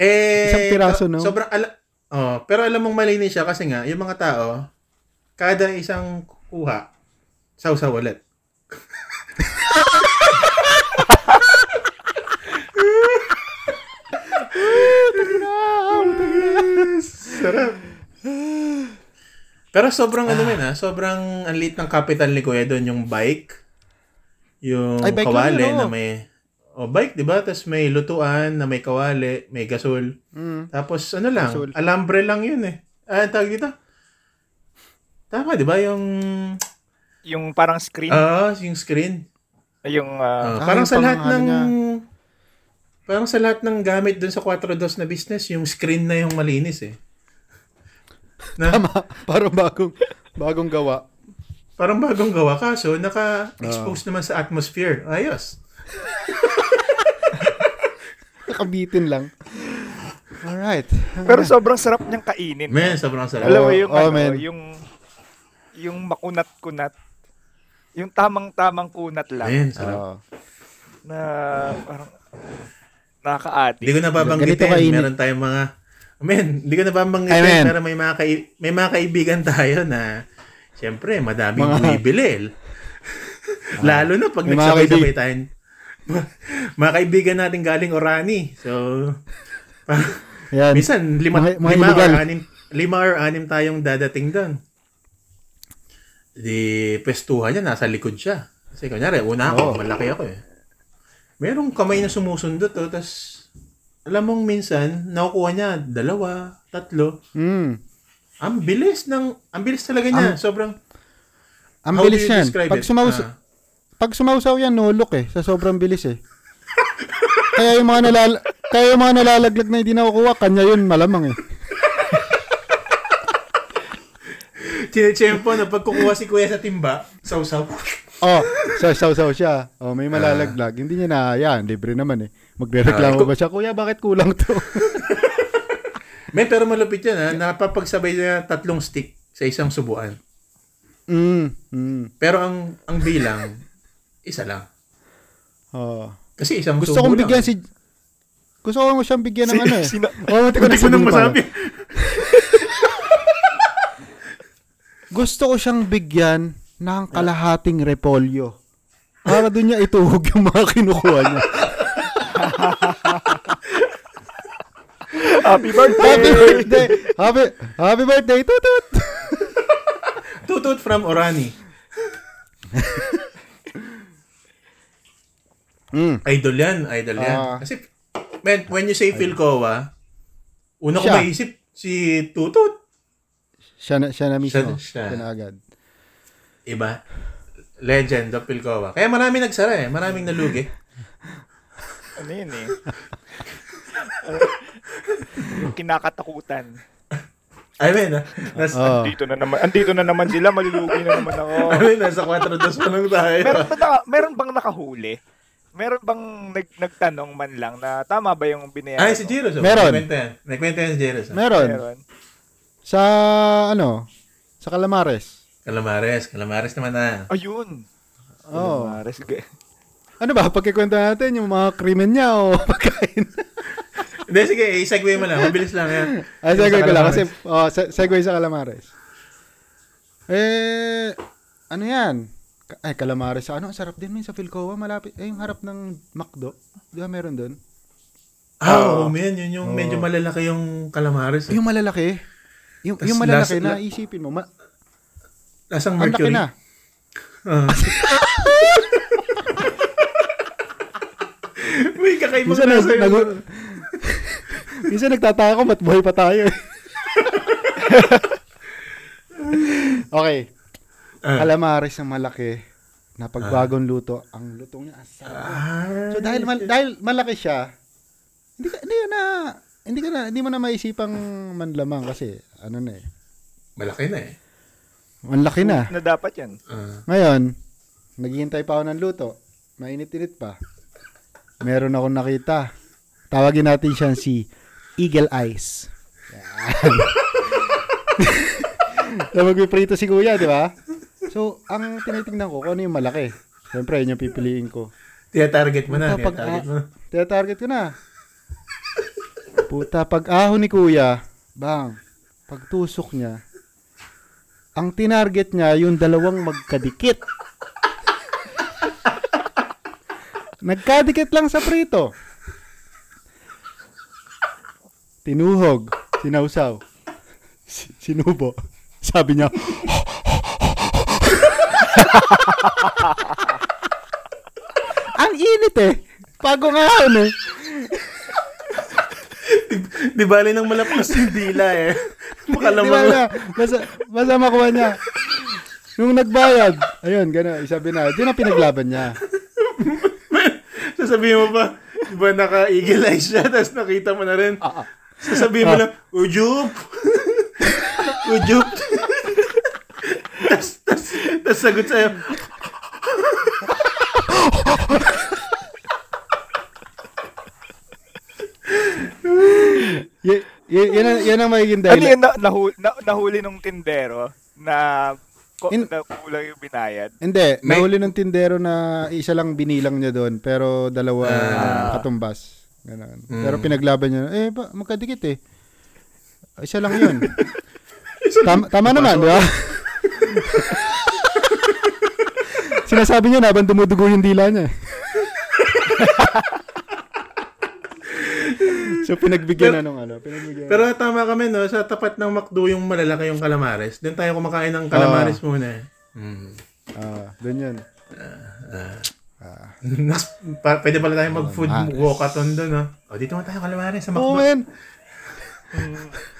S2: Eh,
S1: Isang piraso,
S2: so-
S1: no?
S2: Sobrang, ala- oh, pero alam mong malinis siya kasi nga, yung mga tao, kada isang kuha, sawsaw ulit. Sarap. Pero sobrang
S1: Ah.
S2: ano yun ha, sobrang ang liit ng capital ni Kuya doon, yung bike, yung
S1: Ay, bike lang
S2: kawali
S1: yun, oh.
S2: na may, oh bike, di ba? Tapos may lutuan na may kawali, may gasol.
S1: Mm.
S2: Tapos ano lang,
S1: Gasol.
S2: alambre lang yun eh. Ah, ang tawag dito? Tama, di ba? Yung,
S3: yung parang screen
S2: ah, yung screen.
S3: yung
S2: Ah,
S3: ah,
S1: Ah,
S2: parang
S1: yung
S2: sa lahat
S1: pang- ano
S2: ng,
S1: niya.
S2: parang sa lahat ng gamit doon sa 4 dos na business, yung screen na yung malinis eh. Na,
S1: Tama. Parang bagong, bagong gawa.
S2: Parang bagong gawa kaso
S1: Ah.
S2: naka-expose naman sa atmosphere. Ayos.
S1: Nakabitin lang. Alright.
S3: pero sobrang sarap niyang kainin
S2: Men, sobrang sarap.
S3: alam mo
S1: Oh,
S3: yung
S1: oh,
S3: ano,
S1: man.
S3: yung yung makunat-kunat yung tamang-tamang kunat lang
S2: Men, sarap.
S1: Oo.
S3: na parang nakaka-addict
S2: Hindi ko
S1: Ganito
S2: nababanggitin.
S1: kainit.
S2: Meron tayong mga... Men, hindi ko nababanggitin.
S1: Ay, men.
S2: pero may mga, kai- may mga kaibigan tayo na... Siyempre, madaming
S1: Mga- Ah.
S2: bumibili. Lalo na pag
S1: May mga
S2: nagsabay-sabay
S1: kaibig-
S2: tayo. mga kaibigan natin galing Orani. So,
S1: Yan.
S2: minsan, lima,
S1: Mga- mga
S2: lima, or
S1: illegal.
S2: anim, lima or anim tayong dadating doon. Di, pestuhan niya, nasa likod siya. Kasi kunyari, una ako,
S1: Oo.
S2: malaki ako eh. Merong kamay na sumusundot, oh, tas alam mong minsan, nakukuha niya dalawa, tatlo.
S1: Mm.
S2: Ang bilis ng, ang bilis talaga niya. Sobrang,
S1: Ang
S2: how do
S1: bilis
S2: you
S1: yan.
S2: describe
S1: Pag,
S2: it?
S1: sumaus-
S2: Ah.
S1: pag sumausaw yan, no look eh. Sa sobrang bilis eh. kaya yung mga nalal kaya yung mga nalalaglag na hindi nakukuha, kanya yun malamang eh.
S2: Chinechempo na pagkukuha si kuya sa timba, sausaw.
S1: Oh, so saw saw siya. Oh, may malalaglag. Hindi niya nahayaan. Libre naman eh. Magrereklamo
S2: Ah,
S1: ba siya? Kuya, bakit kulang to?
S2: May pero malupit yun ha. Napapagsabay na tatlong stick sa isang subuan.
S1: mm, mm.
S2: Pero ang ang bilang, isa lang.
S1: Oh.
S2: Kasi isang
S1: Gusto
S2: subo
S1: kong
S2: lang.
S1: bigyan si Gusto ko siyang bigyan ng
S3: Si-
S1: ano eh.
S3: sino-
S1: oh, muntik ko na
S2: Hindi ko
S1: sabihin
S2: nang
S1: pala.
S2: masabi.
S1: Gusto ko siyang bigyan ng kalahating repolyo. Para doon niya ituhog yung mga kinukuha niya.
S3: Happy
S1: happy
S3: birthday!
S1: birthday! Happy, happy birthday! Tutut!
S2: Tutut from Orani.
S1: Mm.
S2: Idol yan, idol yan.
S1: Ah.
S2: Kasi, man, when you say Phil Kowa, una ko
S1: Siya.
S2: maisip, si Tutut.
S1: Siya na, siya na mismo.
S2: Siya- siya.
S1: Siya, na agad.
S2: Iba. Legend of Phil Kowa. Kaya maraming nagsara eh. Maraming nalugi.
S3: ano yun eh? Yung kinakatakutan.
S2: I mean, ah, nas,
S1: Oh.
S3: Andito na naman, andito na naman sila, malulugi na naman ako.
S2: I mean, nasa 4 dos pa lang tayo.
S3: meron, ba naka, meron bang nakahuli? Meron bang nag, nagtanong man lang na tama ba yung binayaran?
S2: Ay, si
S3: mo?
S2: Jiro. So,
S1: Meron.
S2: Nagkwenta yan. Nagkwenta yan si Jiro. So.
S1: Meron.
S3: Meron.
S1: Sa, ano, sa Calamares.
S2: Calamares. Calamares naman na.
S3: Ayun.
S1: Oh.
S3: Calamares. Ga-
S1: Ano ba, pagkikwento natin yung mga krimen niya o pagkain.
S2: Hindi, sige. I-segue mo lang. Mabilis lang yan.
S1: Ay,
S2: Yung sa
S1: segue ko lang. Kasi,
S2: Calamares.
S1: oh, se- segue sa Calamares. Eh, ano yan? Ka- Ay, Calamares. Ano, ang sarap din min sa Philcoa. Malapit, eh, yung harap ng McDo. Di ba meron doon?
S2: Ah, oh, man. Yun yung medyo malalaki yung Calamares. Eh.
S1: Yung malalaki. Yung,
S2: Tas
S1: yung malalaki na
S2: last-
S1: isipin mo. Ma-
S2: Lasang
S1: ang laki
S2: Mercury.
S1: na.
S2: Ah. Uy, kakaibang
S1: Minsan, nag,
S2: lasa yun.
S1: nag- minsan nagtataka ko, ba't buhay pa tayo? eh. okay.
S2: Ah.
S1: Calamares na malaki na pagbagong luto. Ang lutong niya, ang sarap.
S2: Ah.
S1: So dahil mal- dahil malaki siya, hindi ka hindi ka na hindi ka na hindi mo na maiisipang manlamang kasi ano na eh.
S2: Malaki na eh.
S1: Manlaki na.
S3: na dapat yan.
S2: Ah.
S1: Ngayon, naghihintay pa ako ng luto. Mainit-init pa. Meron akong nakita. Tawagin natin siyang si Eagle Eyes. Yan. na magpiprito si kuya, di ba? So, ang tinitingnan ko, kung ano yung malaki. Siyempre, yun yung pipiliin ko.
S2: Tiyatarget mo na.
S1: Puta, pag
S2: Tiyatarget mo na.
S1: target ko na. Puta, pag aho ni kuya, bang, pagtusok niya, ang tinarget niya, yung dalawang magkadikit. Nagkadikit lang sa prito. Tinuhog, sinausaw, si- sinubo. Sabi niya, ang init eh. Pago nga eh.
S2: Di- Di bali nang malapas yung dila eh. Baka
S1: Di ba
S2: lamang.
S1: na? Basta, basta makuha niya. Nung nagbayad, ayun, gano'n, isabi na, yun ang pinaglaban niya.
S2: Sasabihin mo pa, di ba naka-eagle eye siya, tapos nakita mo na rin. Sasabihin mo lang, Ujup! Ujup! tapos, tapos, tapos sagot sa'yo,
S1: Y- y- yan, ang, yan ang magiging
S3: Ano
S1: dahilan.
S3: yun, na, nahu- na- nahuli nung tindero na, ko,
S1: In-
S3: na kulang yung binayad?
S1: Hindi,
S2: May-
S1: nahuli ng tindero na isa lang binilang niya doon, pero dalawa
S2: Ah.
S1: katumbas. Ganun. Pero pinaglaban niya, eh, ba, magkadikit eh. Isa lang yun. Tam- tama naman, di ba? Sinasabi niya na habang dumudugo yung dila niya. eh. so pinagbigyan na nung ano, pinagbigyan.
S2: Pero tama kami, no? Sa tapat ng McDo yung malalaki yung calamares. Doon tayo kumakain ng calamares muna. Mm.
S1: Ah, doon yun.
S2: pa, pwede pala tayo mag-food walkathon doon, no? O, dito na tayo calamares sa
S1: Oh,
S2: McDo.
S1: man.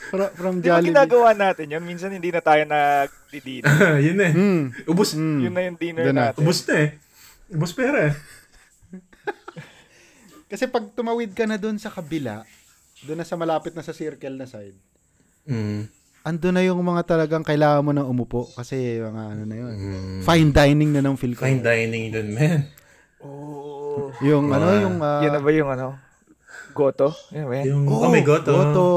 S1: From, from
S3: Di ba
S1: Jollibee.
S3: ginagawa natin yun? Minsan hindi na tayo nagdi-dinner.
S2: Yun eh.
S1: Mm.
S2: Ubus,
S3: Yun na yung dinner
S1: Doon na.
S3: natin.
S2: ubus na eh. Ubus pera eh.
S1: Kasi pag tumawid ka na doon sa kabila, doon na sa malapit na sa circle na side,
S2: Mm.
S1: ando na yung mga talagang kailangan mo na umupo kasi mga ano na yun. Fine dining na ng feel ko.
S2: Mm. Fine dining dun, man.
S3: Oh.
S1: Yung ano, yung... ah,
S3: Yan na ba yung ano? Goto? Yan ba yan?
S2: Yung
S1: oo,
S2: oh, may goto.
S1: Goto.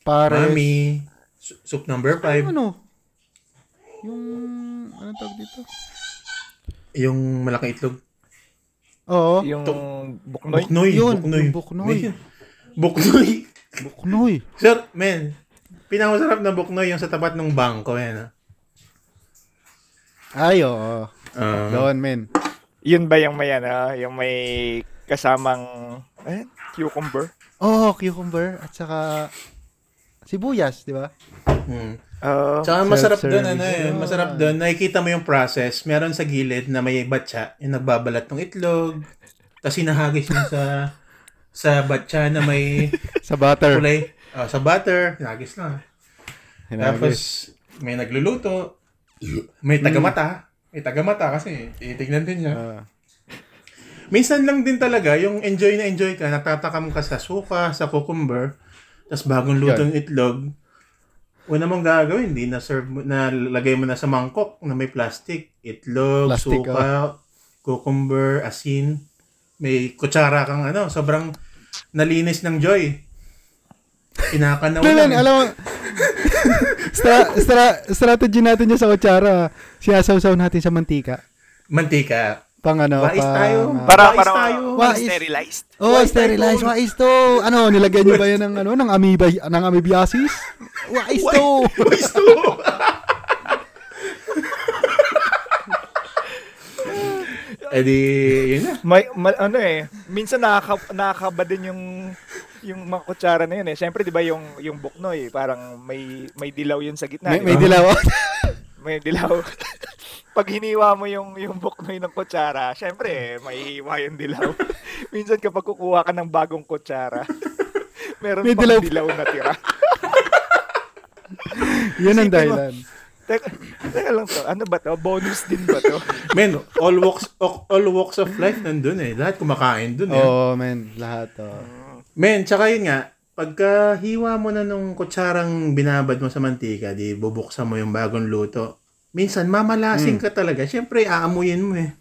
S1: Pares.
S2: Mami. su- Soup number 5.
S1: Ano? Yung... Ano tawag dito?
S2: Yung malaking itlog.
S1: Oo.
S3: Yung buknoy?
S2: Buknoy.
S1: Yun,
S2: buknoy.
S1: yung buknoy.
S2: Ayun. Buknoy.
S1: Buknoy.
S2: Sir, men. Pinakasarap na buknoy yung sa tapat ng bangko, yan. ah.
S1: Ay, oo.
S2: Ah.
S1: Doon, men.
S3: Yun ba yung may ano? Yung may kasamang eh, cucumber?
S1: Oo, oh, cucumber at saka sibuyas, di ba?
S2: Mm.
S3: Uh,
S2: Tsaka masarap doon,
S1: Self-service.
S2: ano eh.
S1: Ah.
S2: Masarap doon. Nakikita mo yung process. Meron sa gilid na may batya. Yung nagbabalat ng itlog. Tapos hinahagis mo sa sa batya na may
S1: Sa butter.
S2: kulay. ah, sa butter. Hinagis lang. Tapos, may nagluluto. May tagamata. May tagamata kasi titignan din niya.
S1: Ah.
S2: Minsan lang din talaga, yung enjoy na enjoy ka, natatakam ka sa suka, sa cucumber, tapos bagong luto ng itlog, una mong gagawin, di na serve mo, na lagay mo na sa mangkok na may plastic, itlog,
S1: Plastic,
S2: suka, cucumber, asin, may kutsara kang ano, sobrang nalinis ng joy. Kinakanaw
S1: Pero
S2: lang.
S1: men, alam mo, stra- stra- strategy natin niya sa kutsara, sinasawsaw natin sa mantika.
S2: Mantika.
S1: Pang ano,
S2: Wais
S1: pang...
S2: tayo.
S1: ah,
S3: para,
S2: Wais
S3: para,
S2: tayo.
S3: para
S1: Wais.
S3: sterilized.
S1: oh,
S2: wais
S1: sterilize,
S2: typhoon.
S1: wais to! Ano, nilagyan niyo ba yan ng, ano, ng amoeba, ng amoebiasis? Wais to!
S2: Wais to! eh di, yun na.
S3: May, ma- ano eh, minsan nakaka, nakakaba din yung yung mga kutsara na yun eh. Siyempre, di ba yung, yung buknoy, parang may, may dilaw yun sa gitna.
S1: May, may
S3: di ba?
S1: dilaw.
S3: May dilaw. Pag hiniwa mo yung, yung buknoy ng kutsara, siyempre, eh, may hiwa yung dilaw. minsan kapag kukuha ka ng bagong kutsara, meron
S1: May
S3: pang
S1: dilaw.
S3: dilaw. na tira.
S1: Yun ang
S3: Isipin mo.
S1: dahilan.
S3: Teka, teka lang to, ano ba to? Bonus din ba to?
S2: Men, all walks all walks of life nandun eh. Lahat kumakain dun eh.
S1: Oo, oh, men, lahat. Oh.
S2: Men, tsaka yun nga, pagka hiwa mo na nung kutsarang binabad mo sa mantika, di bubuksan mo yung bagong luto. Minsan, mamalasing ka talaga. Siyempre, aamuyin mo eh.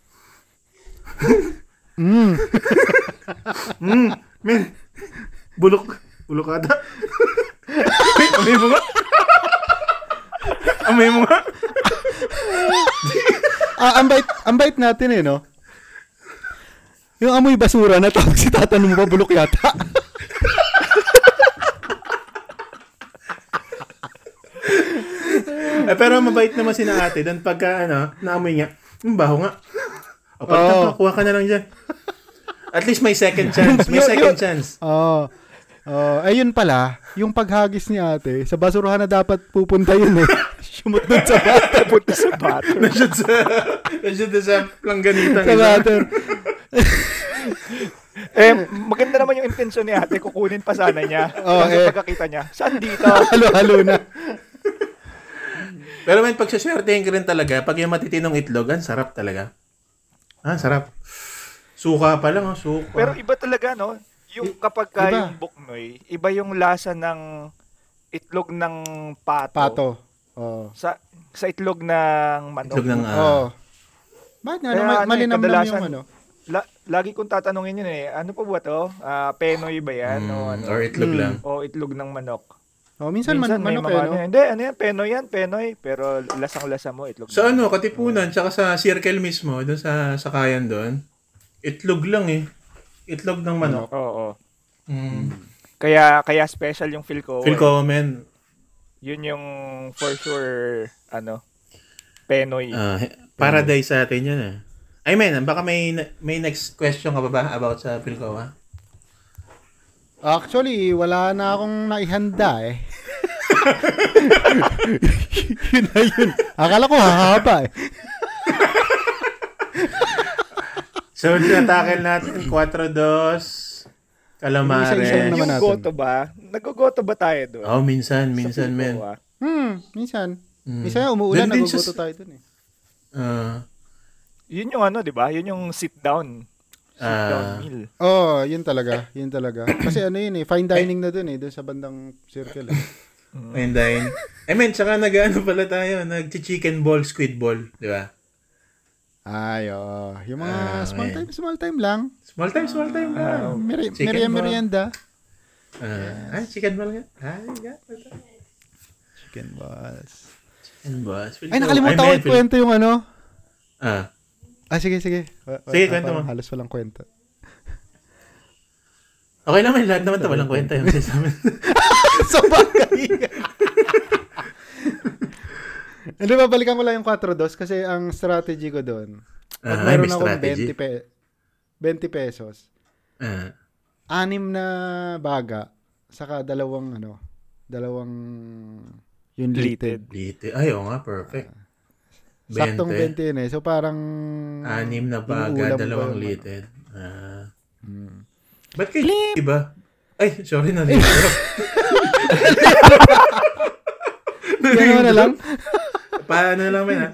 S1: Mm.
S2: Mm, men, bulok. Bulok ata. Men, amoy mo nga. amoy mo nga.
S1: Ah, ang bait, ang bait natin eh, no? Yung amoy basura na tawag si tatan mo pa bulok yata.
S2: Eh, pero mabait naman si na ate. Dan pagka, ano, naamoy niya, yung baho nga. O, pagtaka,
S1: Oo.
S2: kuha ka na lang dyan. At least may second chance. May
S1: Yun,
S2: second
S1: yun.
S2: chance.
S1: Oo. Oh, ayun pala, yung paghagis ni ate, sa basurahan na dapat pupunta yun eh. Sumutod sa butter.
S3: Punta sa bathroom.
S2: Nandiyan sa, nandiyan doon sa langganitang
S1: sa
S2: isa.
S1: butter.
S3: Eh, maganda naman yung intensyon ni ate, kukunin pa sana niya.
S1: Oo,
S3: Kasi
S1: eh.
S3: pagkakita niya, saan dito?
S1: Halo-halo na.
S2: Pero man, pagsaswertehin ka rin talaga, pag yung matitinong itlog, ang sarap talaga. Ah, sarap. Suka pa lang, oh, suka.
S3: Pero iba talaga, no? Yung kapag
S1: Ah.
S3: ka
S1: iba.
S3: yung buknoy, iba yung lasa ng itlog ng pato.
S1: Pato. Oo.
S3: Sa, sa itlog ng manok.
S2: itlog ng,
S1: Oh.
S2: ah,
S1: Bakit nga,
S3: Kaya
S1: ano, ma-
S3: ano eh,
S1: malinam lang
S3: kadalasan-
S1: yung ano?
S3: La- lagi kong tatanungin yun eh, ano pa ba to? Ah, penoy ba yan? o
S2: mm,
S3: ano?
S2: or itlog
S1: Mm.
S2: lang.
S3: O itlog ng manok.
S1: Oh, minsan, man-
S3: may
S1: manok
S3: mga
S1: eh,
S3: ano
S1: no?
S3: yan. Hindi, ano yan? Penoy yan, penoy. Pero lasang-lasa mo, itlog.
S2: Sa
S3: ng-
S2: ano, Katipunan, tsaka sa circle mismo, doon sa sakayan doon, itlog lang eh. Itlog ng manok.
S3: Oo. oo.
S2: Mm.
S3: Kaya, kaya special yung feel ko.
S2: Feel ko, man,
S3: Yun yung for sure, ano, penoy.
S2: Ah, paradise sa atin yun eh. I mean, baka may may next question ka pa ba about sa Pilcoa?
S1: Actually, wala na akong naihanda eh. yun na yun. Akala ko hahaba eh.
S2: So, tinatakil natin 4-2,
S1: Isa-isa lang
S2: Calamares.
S1: naman.
S3: yung
S1: natin.
S3: goto ba? Naggogoto ba tayo doon?
S2: Eh, Oh, minsan,
S3: Sa
S2: minsan,
S3: Pilcoa?
S2: men.
S1: Hmm, minsan.
S2: Mm.
S1: Minsan nga umuulan,
S2: Doon din siya
S1: naguguto
S2: sa-
S1: tayo dun eh.
S2: Ah,
S3: Yun yung ano, di ba? Yun yung sit down. Sit down
S2: ah,
S3: meal.
S1: Oo, oh, yun talaga. Yun talaga. Kasi ano yun eh, fine dining na dun eh, dun sa bandang circle. Eh.
S2: And then, I mean, Eh, tsaka nag-ano pala tayo, nag-chicken ball, squid ball, di ba?
S1: Ay, oo. Yung mga
S2: Ah,
S1: small time,
S2: okay.
S1: small time lang.
S2: Small time, small
S1: Ah,
S2: time lang.
S1: Meri-
S2: Chicken
S1: merienda,
S2: ball.
S1: merienda.
S2: Ah, ah, chicken ball nga. Ah, yeah.
S1: Chicken balls.
S2: Chicken balls.
S1: Ay, nakalimutan ko
S2: mean, Phil-
S1: ikwento yung ano.
S2: Ah,
S1: Ah, sige, sige. Wa- wa-
S2: Sige,
S1: ah,
S2: kwento
S1: parang
S2: mo.
S1: Halos walang kwento.
S2: okay naman, lahat naman to, walang kwenta yung sa amin.
S1: so, bagay. Hindi, babalikan ko lang yung 4-2 kasi ang strategy ko doon, pag
S2: Ah, may
S1: meron akong
S2: strategy.
S1: 20, pe- 20 pesos,
S2: Ah,
S1: anim na baga, saka dalawang ano, dalawang yung
S3: Plated.
S1: plated.
S2: dito. Ay, oo nga, perfect. 20.
S1: Ah. Saktong 20 yun eh. So parang...
S2: Anim na
S1: Yung ulam ba
S2: baga,
S1: yun?
S2: dalawang
S1: Mm.
S2: lited. Ah. Ba't kayo, diba? Ay, sorry na rin.
S1: Gano'n na lang.
S2: Paano lang man, ha?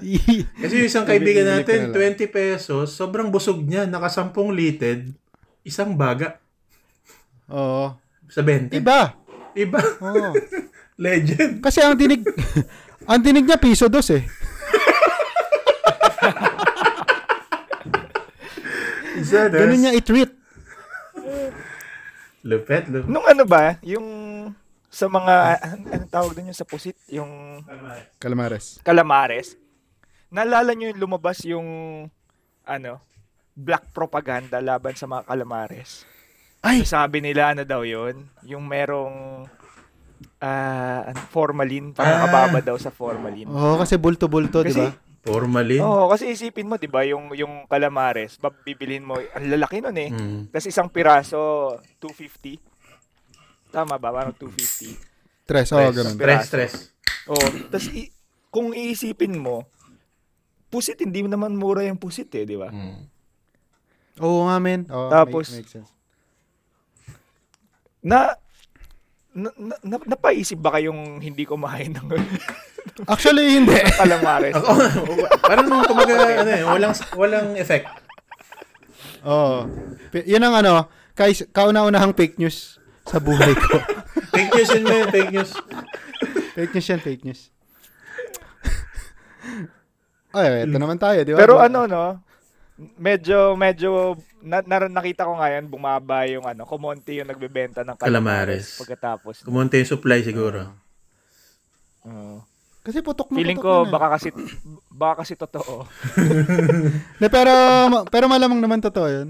S2: Kasi yung isang kaibigan natin, 20 pesos, sobrang busog niya, nakasampung lited, isang baga
S1: Oo.
S2: sa 20.
S1: Iba.
S2: Iba.
S1: Oo.
S2: Legend.
S1: Kasi ang dinig... ang dinig niya piso dos eh.
S2: Isa, das.
S1: Ganun niya i-treat.
S2: Lupet, lupet.
S3: Nung ano ba, yung sa mga, an- anong tawag din yung sa pusit, yung
S1: Calamares.
S3: calamares, naalala nyo yung lumabas yung, ano, black propaganda laban sa mga calamares.
S1: Ay!
S3: Sabi nila, ano daw yun, yung merong ah, ano,
S2: Ah.
S3: formalin, parang ababa daw sa formalin.
S1: Oo, kasi bulto-bulto, di
S3: Kasi-
S1: ba?
S2: Formalin.
S1: Oh.
S3: Oo, kasi isipin mo, 'di ba, yung yung calamares, bibilin mo, ang lalaki nun eh.
S2: Mm.
S3: Tapos isang piraso 250. Tama ba? Parang 250.
S1: Tres, oo,
S2: Stress,
S1: ganun.
S2: stress, stress.
S3: Oh, tapos i- kung iisipin mo, pusit hindi naman mura yung pusit eh, 'di ba?
S2: Mm.
S1: Oo nga, men. Oo,
S3: Tapos-
S1: make- make sense.
S3: Na, na, na, na napaisip ba kayong hindi kumain ng
S1: Actually, hindi.
S3: calamares?
S2: Ako, Oh, parang nung kumaga, ano eh, walang, walang effect.
S1: Oo. P- Yun ang ano, guys, kauna-unahang fake news sa buhay ko.
S2: Fake news yun man, fake news.
S1: fake news yan, fake news. Ay, ito naman tayo, di ba?
S3: Pero ano no, medyo medyo na, na- nakita ko ngayon bumaba yung ano, kumonti yung nagbebenta ng
S2: Calamares.
S3: calamares, pagkatapos.
S2: Kumunti yung supply siguro.
S3: Oo.
S1: Kasi putok na
S3: Feeling
S1: putok
S3: ko
S1: yun eh.
S3: baka kasi baka kasi totoo.
S1: Na, pero, ma- pero malamang naman totoo yun.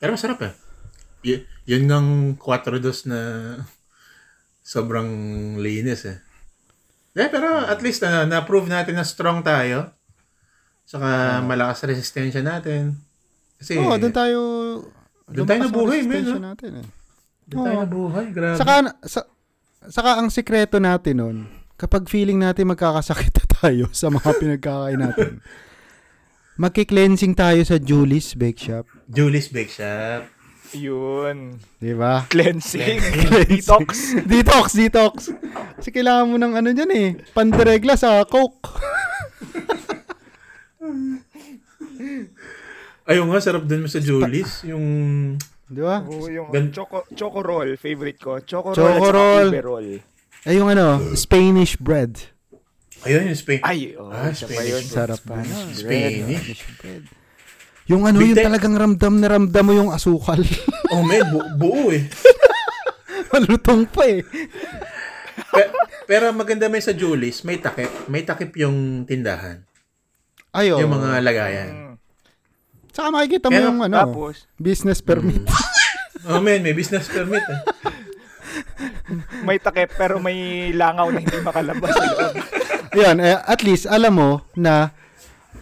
S2: Pero masarap eh. Y- yun ngang 4 dos na sobrang linis eh. Eh, pero at least na na-prove natin na strong tayo. Saka malakas resistensya natin. Kasi
S1: Oo, doon tayo...
S2: Doon Eh.
S1: lumakas
S2: tayo
S1: ang
S2: nabuhay, men,
S1: resistensya
S2: no?
S1: natin eh.
S2: doon tayo nabuhay. Grabe.
S1: Saka, sa, saka ang sikreto natin nun, kapag feeling natin magkakasakit na tayo sa mga pinagkakain natin, magki-cleansing tayo sa Julie's Bake Shop.
S2: Julie's Bake Shop.
S3: Yun.
S1: Di ba?
S3: Cleansing. Detox.
S1: detox, detox. Kasi kailangan mo ng ano dyan eh. Pandiregla sa Coke.
S2: Ayun nga, sarap dun sa Julie's. Yung...
S1: Di ba?
S3: Oo, yung
S2: Gan-
S3: choco, choco roll, favorite ko. Choco roll
S1: Choco
S3: at saka
S1: roll.
S3: ube roll.
S1: Ay, yung ano, Spanish bread.
S2: Ayun yung Spain.
S3: Ay, oh,
S2: Ah,
S3: isa pa yun.
S2: Spanish.
S1: Sarap pa. no?
S2: Spanish.
S1: bread. Yung ano,
S2: Big
S1: yung
S2: time-
S1: talagang ramdam na ramdam mo yung asukal.
S2: Oh man, bu- buo eh.
S1: Malutong pa eh.
S2: Pe- pero maganda may sa Julie's, may takip. May takip yung tindahan.
S1: Ayo.
S2: Yung mga lagayan.
S1: Saka makikita mo
S2: Pero,
S1: yung ano,
S3: Tapos,
S1: business permit.
S2: Oh man, may business permit. Eh.
S3: may takip pero may langaw na hindi makalabas. sa loob.
S1: Ayan, eh, at least alam mo na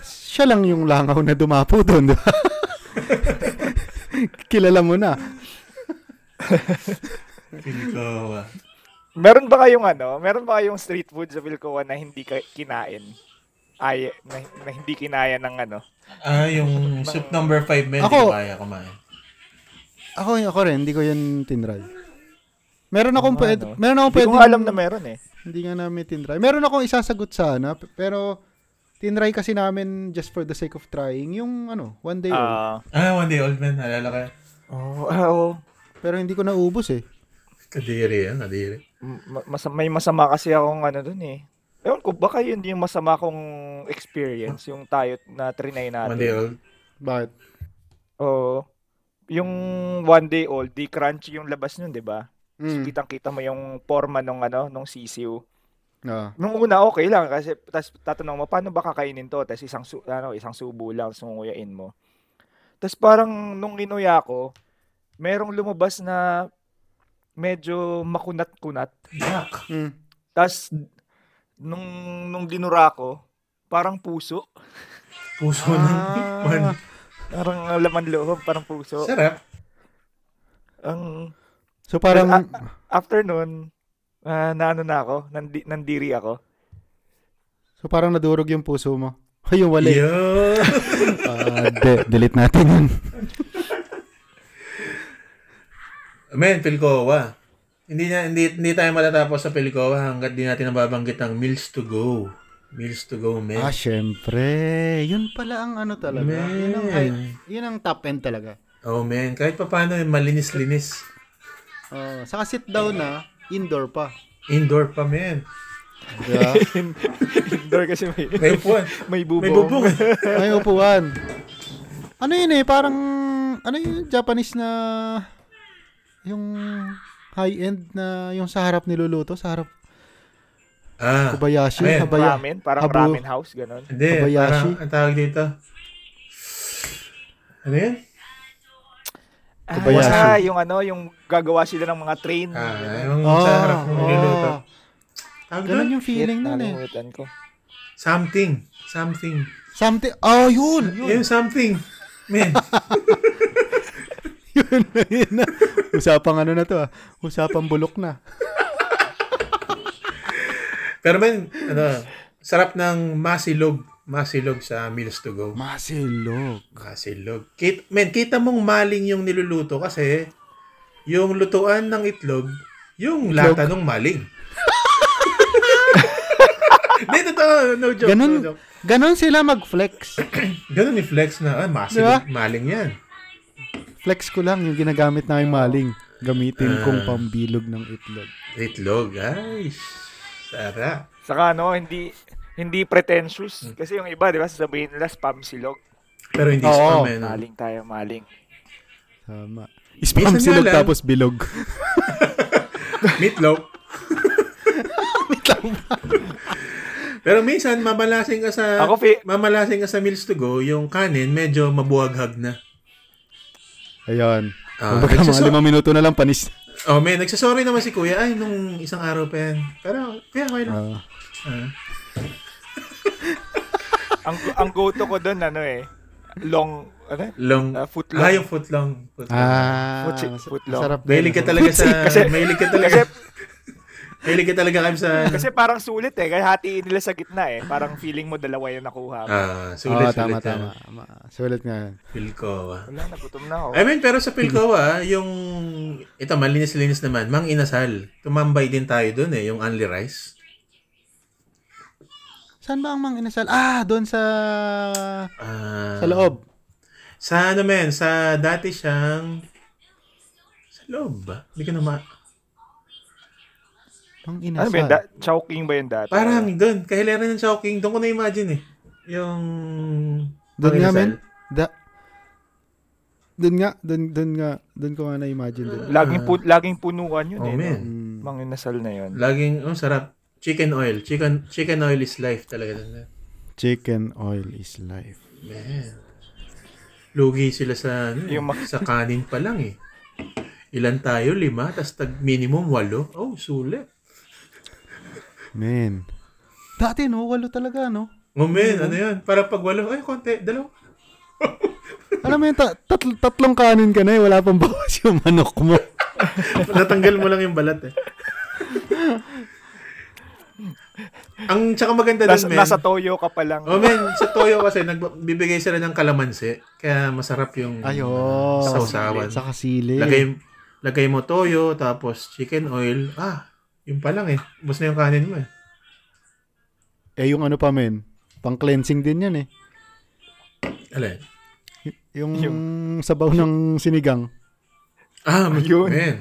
S1: siya lang yung langaw na dumapo doon, di ba? Kilala mo na.
S2: Ikaw. ah.
S3: meron ba kayong ano? Meron ba kayong street food sa Vilcoa na hindi ka- kinain? Ay, na, na hindi kinaya ng ano?
S2: Ah, yung soup number 5 men,
S1: Ako-
S2: hindi ko kaya kumain.
S1: Ako, ako rin, hindi ko yun tinry. Meron akong pwede,
S3: ano?
S1: meron akong
S3: Hindi
S1: pwede,
S3: ko alam na meron eh.
S1: hindi nga namin tinry. Meron akong isasagot sana, p- pero tinry kasi namin just for the sake of trying yung ano, one day old.
S3: Ah,
S2: Ah, one day old man, alala ka.
S3: oh, ah, oh.
S1: Pero hindi ko naubos eh.
S2: Kadiri yan, kadiri.
S3: Ma- mas- may masama kasi akong ano dun eh. Ewan ko, baka yun yung masama kong experience, yung tayo na
S2: One
S3: trinay natin.
S2: day old.
S1: Bakit?
S3: Oo. Yung one day old, di crunchy yung labas nun, di ba?
S1: Mm.
S3: Kitang-kita mo yung forma nung ano, nung sisiw.
S1: Ah.
S3: Nung una okay lang kasi tas tatanong mo paano ba kakainin to? Tapos isang su- ano, isang subo lang sunguyain mo. Tapos parang nung inuya ko, merong lumabas na medyo makunat-kunat.
S2: Yuck.
S3: Hmm.
S1: Mm.
S3: Tapos nung nung dinura ko, parang puso.
S2: Puso ng man.
S1: Ah.
S3: Parang laman loob, parang puso.
S2: Sarap.
S3: Ang
S1: So parang
S3: ah, after nun, ah, naano na ako, nandi, nandiri ako.
S1: so parang nadurog yung puso mo. Ay, yung wala.
S2: Yo.
S1: Ah, de- delete natin yun.
S2: Men, Pilcoa. Hindi na hindi, hindi tayo matatapos sa Pilcoa hanggat di natin nababanggit ang meals to go. Meals to go, men.
S1: Ah, syempre. Yun pala ang ano talaga. Yun ang,
S2: Man.
S1: yun ang top end talaga.
S2: Oh, men. Kahit pa paano, eh, malinis-linis.
S1: Oh, saka sit down na, indoor pa.
S2: Indoor pa, men.
S1: Diba?
S3: Indoor kasi may,
S2: May upuan.
S3: may bubong.
S2: May bubong.
S1: May upuan. Ano yun eh, parang, ano yung Japanese na, yung high-end na, yung sa harap niluluto, sa harap
S2: ah.
S1: Kobayashi,
S2: Ayan.
S1: Habaya-
S3: Ramen, parang
S1: Habu-
S3: ramen house, ganun.
S2: Hindi.
S1: Kobayashi.
S2: Parang, ang tawag dito. Ano yun?
S1: Kobayashi.
S3: Ah, yung ano, yung gagawa sila ng mga train.
S2: Ah, yung
S1: Oh,
S2: sa harap mo niluluto.
S1: oh,
S2: Tawag doon?
S1: ganun yung feeling nun eh.
S3: Nakalimutan ko.
S2: Something. Something.
S1: Something, oh, yun, yun.
S2: Yung something. Men.
S1: yun na, yun na. Usapang ano na to ah. Usapang bulok na.
S2: Pero men, ano, sarap ng masilog. Masilog sa meals to go.
S1: Masilog.
S2: Masilog. Kit, men, kita mong maling yung niluluto kasi yung lutuan ng itlog, yung lata ng maling. Hindi, totoo. No joke. No
S1: Ganun,
S2: joke.
S1: ganun sila mag-flex.
S2: Ganun yung flex na, ah, masilog, maling yan.
S1: Flex ko lang yung ginagamit na yung maling. Gamitin kong
S2: Ah.
S1: pambilog ng itlog.
S2: Itlog, ay, sarap.
S3: Saka ano, hindi hindi pretentious. Kasi yung iba, di ba, sasabihin nila spam silog.
S2: Pero hindi
S1: Oo,
S2: spam, eh. no?
S3: Maling tayo, maling.
S1: Tama. Spam
S2: Minsan nga
S1: silog
S2: lang.
S1: tapos bilog.
S2: Meatloaf. Pero minsan mamalasing ka sa
S3: Ako, fi-
S2: mamalasing ka sa meals to go, yung kanin medyo mabuhaghag na.
S1: Ayan.
S2: Ah,
S1: Kumbaga mga
S2: nagsaso-
S1: limang minuto na lang panis.
S2: Oh, may nagsasorry naman si Kuya. Ay, nung isang araw pa yan. Pero, kaya okay lang.
S1: Ah.
S2: Ah.
S3: Ang, ang go-to ko doon, ano eh, long, ano,
S2: long.
S3: Ah, footlong.
S2: Ah, yung footlong. footlong.
S1: ah
S3: Futsi-
S1: mas-
S3: footlong.
S1: masarap din.
S2: Mahilig ka talaga sa...
S3: Kasi-
S2: mahilig ka talaga.
S3: kasi,
S2: mahilig ka talaga kami sa...
S3: kasi parang sulit eh, kaya hatiin nila sa gitna eh. Parang feeling mo dalawa yung nakuha.
S1: Oo,
S2: Ah, sulit,
S1: tama,
S2: sulit. yan.
S1: tama. tama. Sulit nga yan.
S2: Pilcoa.
S3: Wala, nagutom na ako.
S2: I mean, pero sa Pilcoa, yung... Ito, malinis-linis naman. Mang Inasal. Tumambay din tayo dun eh, yung only rice.
S1: Saan ba ang mga inasal? Ah, doon sa...
S2: Ah,
S1: Sa loob.
S2: Sa ano men, sa dati siyang... Sa loob ba? Hindi ko na ma...
S1: Ang
S3: Ano
S1: inasal.
S3: ba yun? Da- Chowking ba yun dati?
S2: Parang dun, kahilaran ng Chowking, doon ko na-imagine eh. Yung...
S1: Doon nga,
S2: Manginasal.
S1: men. Da... Doon nga, doon, doon nga, doon ko nga na-imagine din.
S3: Laging, pu- laging punuan yun
S2: Oh,
S3: eh. no?
S2: men.
S1: Mm.
S3: Mga nasal na yun.
S2: Laging, oh, sarap. Chicken oil. Chicken chicken oil is life talaga. dun.
S1: Chicken oil is life.
S2: Man. Lugi sila sa, ano, eh,
S3: Yung ma-
S2: sa kanin pa lang eh. Ilan tayo? Lima? Tapos tag minimum walo? Oh, sulit.
S1: Man. Dati no, walo talaga no.
S2: Oh, men, ano yan? Para pag walo, ay, konti, dalawa.
S1: Alam mo yun, ta- tatl- tatlong kanin ka na eh, wala pang bawas yung manok mo.
S2: Natanggal mo lang yung balat eh. Ang tsaka maganda
S3: Nas,
S2: dun, men.
S3: nasa toyo ka pa lang.
S2: Oh, men, sa toyo kasi nagbibigay sila ng kalamansi. Kaya masarap yung
S1: Ayo.
S2: Sa usawan.
S1: Sa kasili.
S2: lagay, lagay mo toyo, tapos chicken oil. Ah, yun pa lang eh. Ubus na yung kanin mo eh.
S1: Eh yung ano pa men, pang cleansing din yan eh.
S2: Alin?
S1: Y- yung,
S3: Yung-
S1: sabaw ng sinigang.
S2: Ah,
S3: Yun.
S2: yun. Man.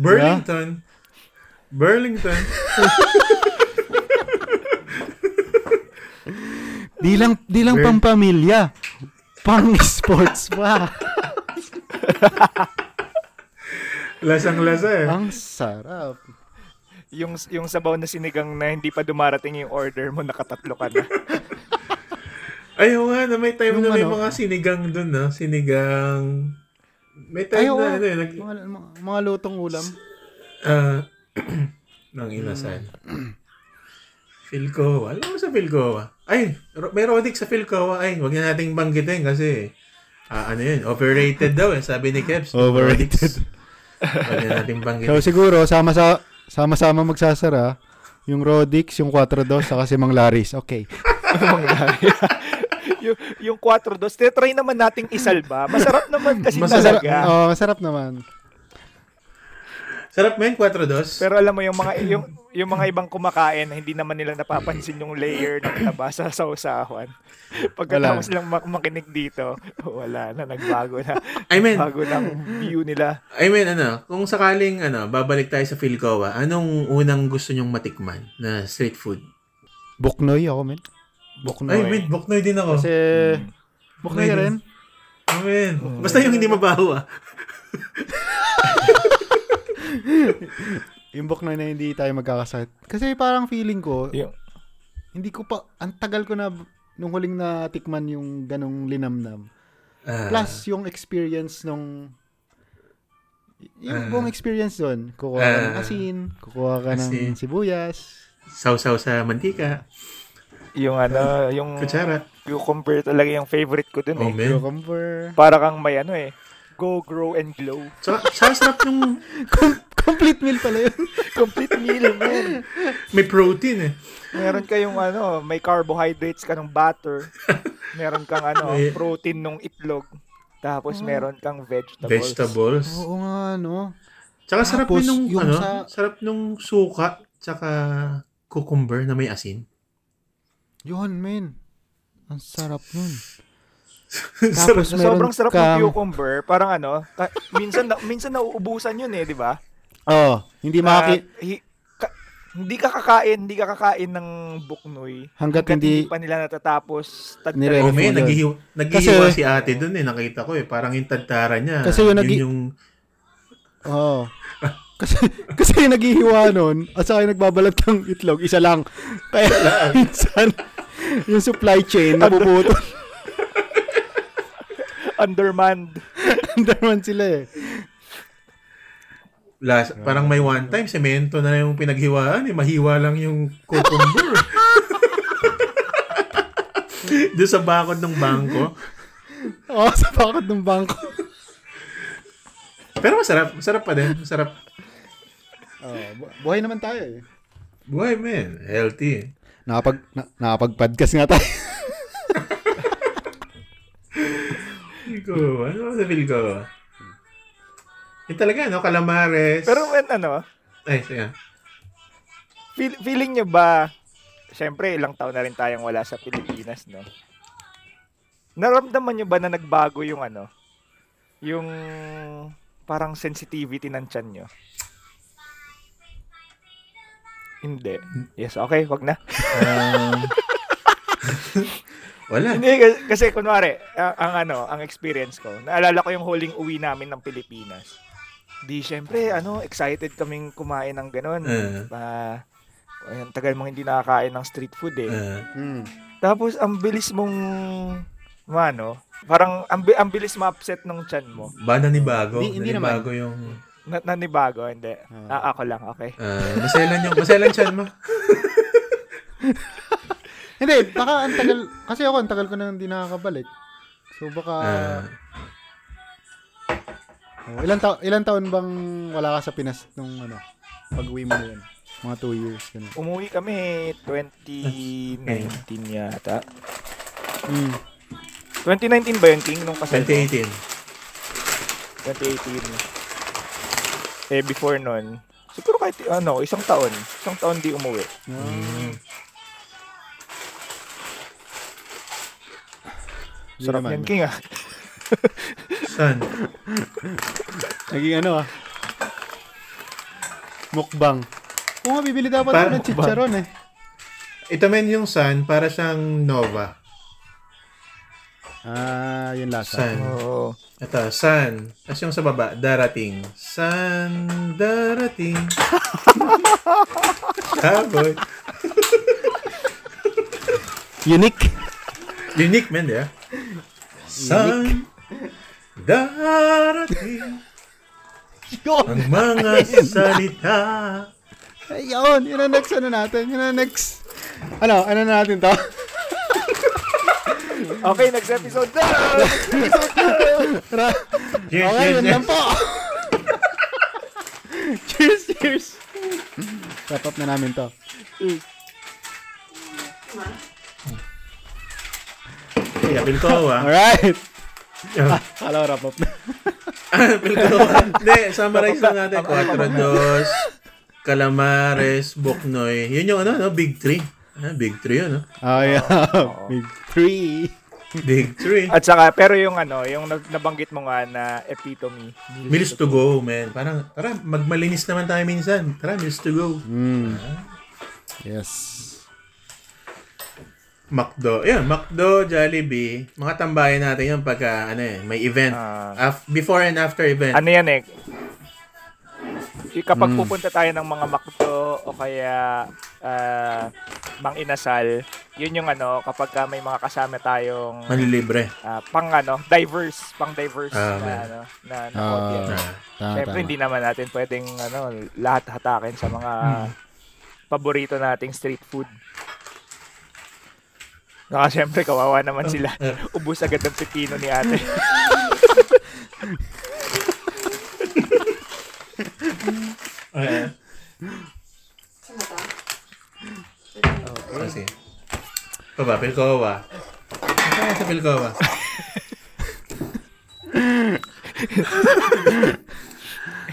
S2: Burlington. Burlington.
S1: Di lang, di lang pang pamilya. Pang sports pa.
S2: Lasang-lasa eh.
S1: Ang sarap.
S3: Yung, yung sabaw na sinigang na hindi pa dumarating yung order mo, nakatatlo ka na.
S2: Ayaw nga, na may time
S1: Yung
S2: na may
S1: ano?
S2: mga sinigang dun, no? Sinigang... May time
S1: Ayaw,
S2: na,
S1: ah.
S2: ano eh, nag...
S1: mga, mga- mga lutong ulam.
S2: ah, nang inasan. ano. Philcoa. Alam mo sa Philcoa? Ay, ro- may Rodic sa Philcoa. Ay, wag na nating banggitin kasi ah, ano yun, overrated daw eh, sabi ni Kebs.
S1: Overrated.
S2: Wag na nating
S1: So
S2: banggitin.
S1: siguro, sama sa, sama-sama magsasara, yung Rodix, yung 4-2, saka si Mang Laris. Okay.
S3: yung, yung 4 dos, try naman nating isalba. Masarap naman kasi
S1: Masarap,
S3: talaga.
S1: oh, masarap naman.
S2: Sarap mo yun, 4-2.
S3: Pero alam mo yung mga yung yung mga ibang kumakain hindi naman nila napapansin yung layer ng taba sa sausawan. Pagkatapos
S1: Wala.
S3: lang mak- makinig dito, wala na nagbago na.
S2: I mean-
S3: bago na ang view nila.
S2: I mean, ano, kung sakaling, ano, babalik tayo sa Philcoa, anong unang gusto nyong matikman na street food?
S1: Buknoy ako, men.
S2: Ay,
S1: Buknoy.
S2: wait, Boknoy din ako.
S1: Kasi, buknoy
S2: Buknoy
S1: rin.
S2: Amen. Basta yung hindi mabaho ah.
S1: Yung buknoy na hindi tayo magkakasakit. Kasi parang feeling ko,
S3: Yung
S1: hindi ko pa, ang tagal ko na nung huling natikman yung ganong linamnam.
S2: Ah,
S1: Plus, yung experience nung yung buong experience doon. Kukuha ka ng
S2: Ah.
S1: asin, kukuha ka
S2: Asin.
S1: ng sibuyas.
S2: Sausaw sa mantika,
S3: yung ano, yung
S2: kutsara.
S3: cucumber talaga yung favorite ko dun
S2: Oh,
S3: eh.
S2: man.
S1: Cucumber.
S3: Para kang may ano eh. Go, grow, and glow.
S2: So, sasarap yung
S1: Com- complete meal pala yun.
S3: Complete meal, man.
S2: may protein eh.
S3: Meron kayong ano, may carbohydrates ka ng butter. Meron kang ano,
S2: May-
S3: protein nung itlog. Tapos meron kang vegetables.
S2: Vegetables.
S1: Oo nga, no?
S2: Tsaka sarap
S1: Tapos,
S2: yun nung,
S1: yung
S2: ano,
S1: sa-
S2: sarap nung suka, tsaka cucumber na may asin.
S1: Yun, men. Ang sarap nun.
S2: sarap.
S1: Tapos
S3: So,
S1: meron
S3: sobrang sarap
S1: kang-
S3: ng cucumber. Parang ano, ka- minsan na, minsan nauubusan yun eh, di ba?
S1: Oo, hindi
S3: Na
S1: makaki...
S3: hi- ka- hindi ka kakain, hindi ka kakain ng buknoy.
S1: Hanggat hindi-
S3: pa nila natatapos. tagtagin.
S1: Nire-
S2: Oh, man,
S1: Yun.
S2: naghihiwa, naghihiwa
S1: Kasi-
S2: si ate dun eh. Nakita ko eh. Parang yung tagtara niya.
S1: Kasi yung naghi-
S2: yung
S1: Oo. Kasi, kasi yung naghihiwa nun, at saka yung nagbabalat ng itlog, isa lang. Kaya minsan, yung supply chain, napuputol.
S3: Undermanned.
S1: Andaman sila eh.
S2: last, parang may one time, semento na yung pinaghiwaan eh. Mahiwa lang yung cucumber. Doon sa bakod ng bangko.
S1: Oo, sa bakod ng bangko.
S2: Pero masarap. Masarap pa din. Masarap.
S1: Oo, Oh, bu- buhay naman tayo eh.
S2: Buhay, man. Healthy. eh.
S1: Nakapag, na, nakapag-podcast nga tayo.
S2: Ikaw, ano ba sa feel ko? Yung talaga, no? Calamares.
S3: Pero when ano,
S2: Ay, sige.
S3: feel, feeling nyo ba, syempre ilang taon na rin tayong wala sa Pilipinas, no? Naramdaman nyo ba na nagbago yung ano, yung parang sensitivity ng tiyan nyo? Hindi. Yes, okay, wag na.
S2: Wala.
S3: Hindi, kasi, kasi kunwari, ang, ang ano, ang experience ko, naalala ko yung huling uwi namin ng Pilipinas. Di, syempre, ano, excited kaming kumain ng ganun.
S2: Eh.
S3: Ah, ayun, tagal mong hindi nakakain ng street food eh.
S2: Ah,
S1: Mm.
S3: Tapos ang bilis mong ano, parang ang, bi- ang bilis ma-upset ng chan mo.
S2: bada ni Bago.
S1: Hindi- hindi naman.
S2: Bago yung...
S3: Na, nanibago, hindi. Ah, ako lang, okay.
S2: Uh, maselan yung... Maselan siya, mo.
S1: Hindi, baka ang tagal, kasi ako ang tagal ko na hindi nakakabalik. So baka,
S2: Ah,
S1: oh, ilan, ta- ilan taon bang wala ka sa Pinas nung ano, pag-uwi mo na yun? Mga 2 years, ganun.
S3: Umuwi kami 2019 yata.
S1: Mm.
S3: 2019 ba yun, King? Nung kasal ko?
S2: 2018.
S3: 2018. Eh, before nun, siguro kahit, ano, isang taon. Isang taon di umuwi.
S1: Yun
S3: Sarap
S1: naman.
S3: yan, King, ah.
S2: San?
S1: Naging ano ah. Mukbang. Oo nga, bibili dapat ako
S2: Parang
S1: ng chicharon eh.
S2: Ito men yung sun, para siyang Nova.
S1: Ah, yun lasa.
S2: Sun.
S3: Oo.
S2: Ito, sun. Tapos yung sa baba, darating. Sun, darating. Saboy.
S1: Unique.
S2: Unique man, di ba? Sun, darating.
S1: Yun!
S2: Ang mga salita.
S1: Ayun! Yun ang next ano natin. Yun ang next... Ano? Ano na natin to?
S3: Okay, next episode na!
S1: Ra-
S2: Yes,
S1: okay,
S2: yes,
S1: yun
S2: yes.
S1: lang po. cheers, cheers. Wrap up na namin to.
S2: Ay, apil ko, ah.
S1: Alright. Ah.
S2: Yeah.
S1: Kala ko wrap up na.
S2: Apil ko, ah. Hindi, summarize lang natin. Quatro dos, calamares, boknoy. Yun yung ano, no? Big three. Ah, big three yun, no?
S1: Oh, yeah. Big three.
S2: Big three.
S3: At saka, pero yung ano, yung nab- nabanggit mo nga na epitome.
S2: Meals to go, man. Parang, tara, magmalinis naman tayo minsan. Tara, meals to go.
S1: Mm. Yes.
S2: McDo. Yun, McDo, Jollibee. Mga tambayan natin yun pagka, ano eh, may event.
S3: Ah.
S2: Af- before and after event.
S3: Ano yan eh? Y- Kapag pupunta tayo ng mga makto o kaya ah, mang inasal, yun yung ano, kapag ka may mga kasama tayong
S2: Manlilibre.
S3: ah, pang ano, diverse, pang diverse
S2: Ah,
S3: na
S2: man.
S3: ano, na, na audience.
S1: Ah,
S2: Ah.
S1: tama,
S3: Siyempre,
S1: tama.
S3: hindi naman natin pwedeng ano, lahat hatakin sa mga paborito nating street food. Naka siyempre, kawawa naman sila. Ubus agad ang pipino ni ate.
S2: Okay.
S4: Sino to?
S2: Kasi. Ito ba, Pilcoa? Ano sa Pilcoa?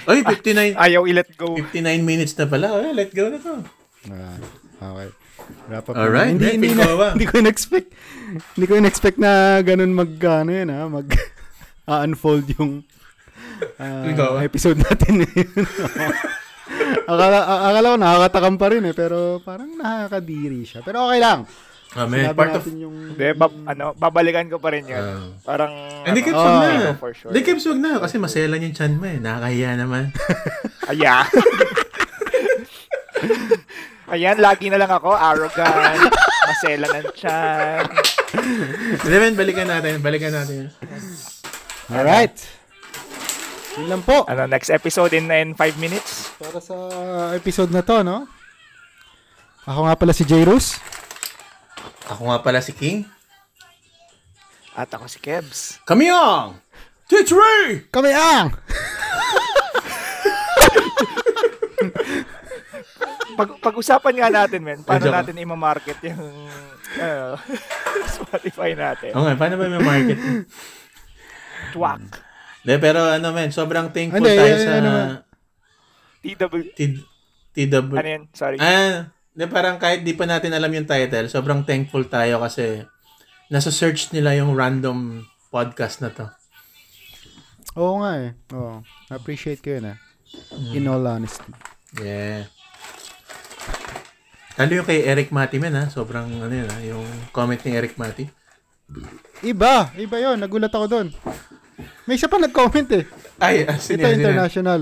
S2: Ay, 59,
S3: Ayaw i-let go.
S2: 59 minutes na pala. Ay, let go na to.
S1: Ah, okay. Wrap up.
S2: Alright,
S1: na.
S2: eh,
S1: Hindi, hindi,
S2: pinkawa.
S1: na, hindi ko in-expect. Hindi ko in-expect na ganun mag, ano yun ha, mag, unfold yung ah,
S2: Pinkawa.
S1: episode natin ngayon. akala, a- akala ko nakakatakam pa rin eh, pero parang nakakadiri siya. Pero okay lang. Sinabi
S2: Amen. Eh, Part of...
S1: natin yung...
S3: Hindi, ba- ano, babalikan ko pa rin yun.
S2: Ah.
S3: Parang,
S2: Hindi
S3: ano,
S2: Kibs, wag
S1: Ah,
S2: na.
S3: for sure.
S2: Hindi Kibs, wag na. Kasi maselan yung chan mo eh. Nakakahiya naman.
S3: aya. Ayan, lagi na lang ako, arrogant, masela ng tiyan.
S2: Hindi, man, balikan natin. Balikan natin.
S1: Alright. Yun lang po.
S3: Ano, next episode in, in 5 minutes.
S1: Para sa episode na to, no? Ako nga pala si J. Rose.
S2: Ako nga pala si King.
S3: At ako si Kebs.
S2: Kami ang... Twitch Ray!
S1: Kami ang!
S3: Pag, pag-usapan nga natin, men, paano
S2: Medyo ka.
S3: natin imamarket yung ano, Spotify natin.
S2: Okay, paano ba may market?
S3: Twak.
S2: Hindi, pero ano man, sobrang thankful
S1: Hindi,
S2: tayo
S1: eh,
S2: sa...
S1: ano man.
S3: TW.
S2: T- TW...
S3: Ano yan? Sorry.
S2: Ah, di parang kahit di pa natin alam yung title, sobrang thankful tayo kasi nasa search nila yung random podcast na to.
S1: Oo nga eh. Oo. Appreciate ko yun ah. In all honesty.
S2: Yeah. Lalo yung kay Eric Mati man ha, sobrang ano yun ha, yung comment ni Eric Mati.
S1: Iba! Iba yon Nagulat ako doon. May isa pa nag-comment eh.
S2: Ay, ah,
S1: Ito
S2: sino yan, sino yan?
S1: international.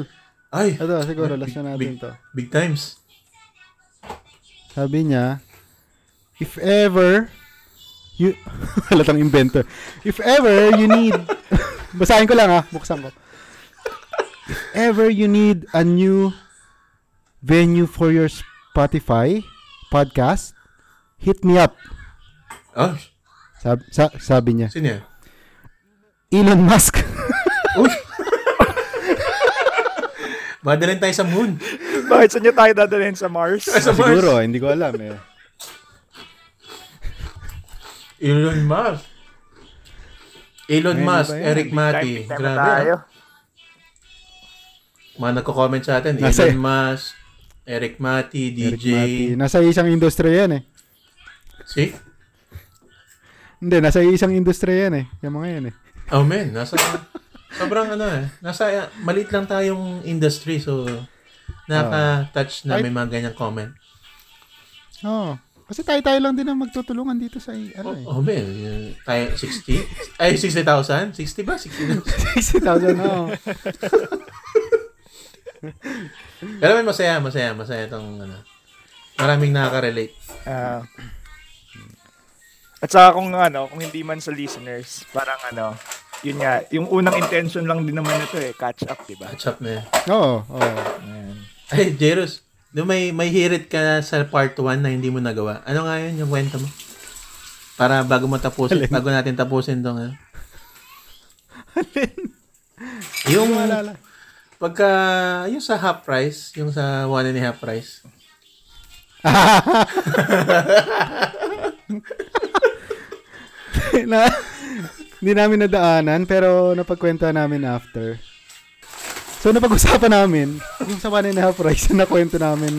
S2: Ay,
S1: Ito, siguro last na natin
S2: big,
S1: to.
S2: big times.
S1: Sabi niya, if ever you... Halatang inventor. If ever you need... Basahin ko lang ah. Buksan ko. If ever you need a new venue for your Spotify podcast, hit me up.
S2: Oh,
S1: Sabi, sa, sabi niya.
S2: sino yan?
S1: Elon Musk.
S2: Madalin tayo sa moon.
S3: Bakit sa niya tayo dadalhin sa Mars?
S1: Ah,
S2: Sa Mars.
S1: Siguro, hindi ko alam eh.
S2: Elon Musk. Elon
S1: Ayun
S2: Musk,
S1: ba yan?
S2: Eric Mati.
S3: Time, time na
S2: Grabe.
S3: tayo.
S2: ah. Mga nagko-comment sa atin.
S1: Nasa-
S2: Elon Musk, Eric Mati,
S1: Eric
S2: DJ.
S1: Mati. Nasa isang industriya yan eh.
S2: See?
S1: Hindi, nasa isang industriya yan eh. Yung mga yan eh.
S2: Oh man, ah, nasa... sobrang ano eh. Nasa, maliit lang tayong industry so Nakaka-touch na
S1: Ay-
S2: may mga ganyang comment.
S1: Oo. Kasi tayo-tayo lang din ang magtutulungan dito sa, ano eh.
S2: Oh, oh man. yun, Tayo, 60? Ay, 60,000? 60 ba? 60,000?
S1: 60,000, oo.
S2: Pero man, masaya, masaya, masaya itong ano. Maraming nakaka-relate.
S3: Ah. at saka kung ano, kung hindi man sa listeners, parang ano, yun nga, yung unang intention lang din naman nito eh, catch up, di ba?
S2: Catch up na. yan.
S1: Oo, oo.
S3: Ayan.
S2: Ay, Jerus, no, may, may hirit ka sa part 1 na hindi mo nagawa. Ano nga yun yung kwento mo? Para bago mo tapusin, bago natin tapusin itong ano. yung
S1: Maalala.
S2: pagka, yung sa half price, yung sa one and a half price.
S1: na, hindi namin nadaanan, pero napagkwenta namin after. So, napag-usapan namin, yung sa one and a half rice na kwento namin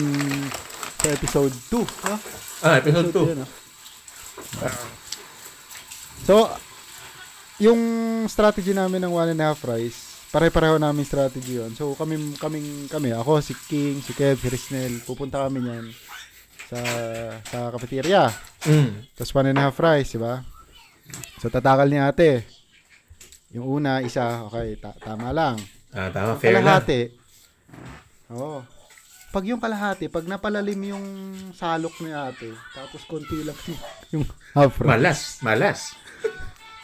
S1: sa episode 2. Ah,
S2: Ah, episode 2.
S1: yun, ah. So, yung strategy namin ng one and a half rice, pare-pareho namin strategy yon. So, kami, kaming, kami, ako, si King, si Kev, si Risnel, pupunta kami niyan sa, sa cafeteria.
S2: Mm.
S1: Tapos one and a half rice, di ba? So, tatakal ni ate. Yung una, isa, okay, ta- tama lang.
S2: Ah, tama. Fair na.
S1: Kalahati. Oo. Pag yung kalahati, pag napalalim yung salok ni ate, tapos konti lang yung half rice.
S2: Malas, malas.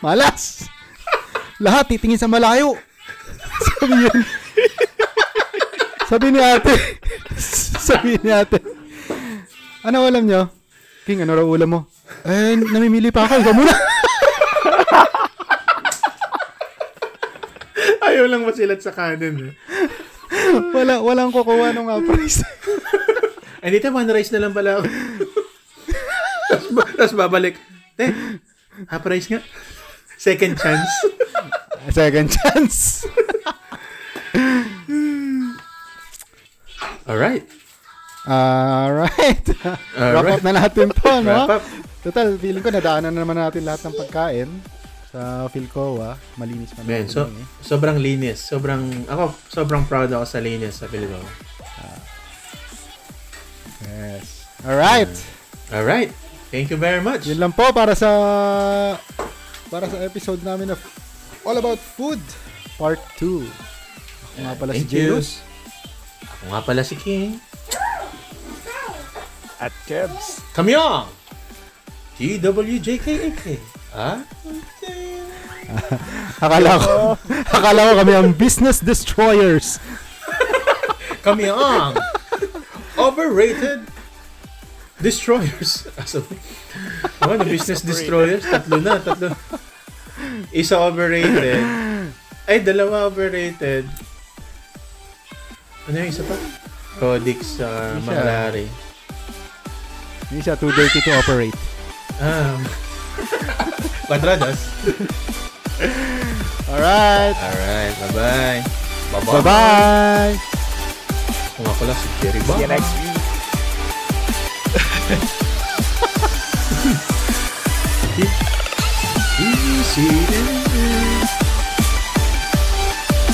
S1: Malas! Lahat titingin sa malayo. Sabi yun. sabi ni ate. sabi ni ate. Ano ulam nyo? King, ano raw ulam mo? Eh, namimili pa ako. Ikaw muna.
S2: Ayaw lang masilat sa kanin. Eh.
S1: Wala, walang kukuha nung apres.
S2: Ay, dito, one rice na lang pala ako. Tapos ba- Tapos babalik. Te, half rice nga. Second chance.
S1: Second chance.
S2: Alright.
S1: Alright. Wrap up na natin to, no?
S2: Wrap up.
S1: Total, feeling ko nadaanan na naman natin lahat ng pagkain sa Philcoa. Malinis pa
S2: Man,
S1: naman.
S2: so,
S1: yun, eh.
S2: sobrang linis. Sobrang, ako, sobrang proud ako sa linis sa Pilipinas.
S1: Yes. Alright.
S2: Alright. Thank you very much.
S1: Yun lang po para sa para sa episode namin of All About Food Part 2. Ako nga pala si
S2: Thank you.
S1: Jerus.
S2: Ako nga pala si King.
S3: At Kebs.
S2: Kamyong! TWJKAK. Ah? Okay.
S1: Akala ko, akala ko kami ang business destroyers.
S2: Kami ang overrated destroyers. Aso. Oh, the business destroyers. Tatlo na, tatlo. Isa overrated. Ay, dalawa overrated. Ano yung isa pa? Codex sa
S1: Isa.
S2: Manglari.
S1: Hindi siya too dirty to operate.
S2: Ah. Quadrados.
S1: Alright.
S2: Alright, bye-bye.
S1: Bye-bye.
S2: Kung ako lang si Jerry Bob.
S3: See you next week.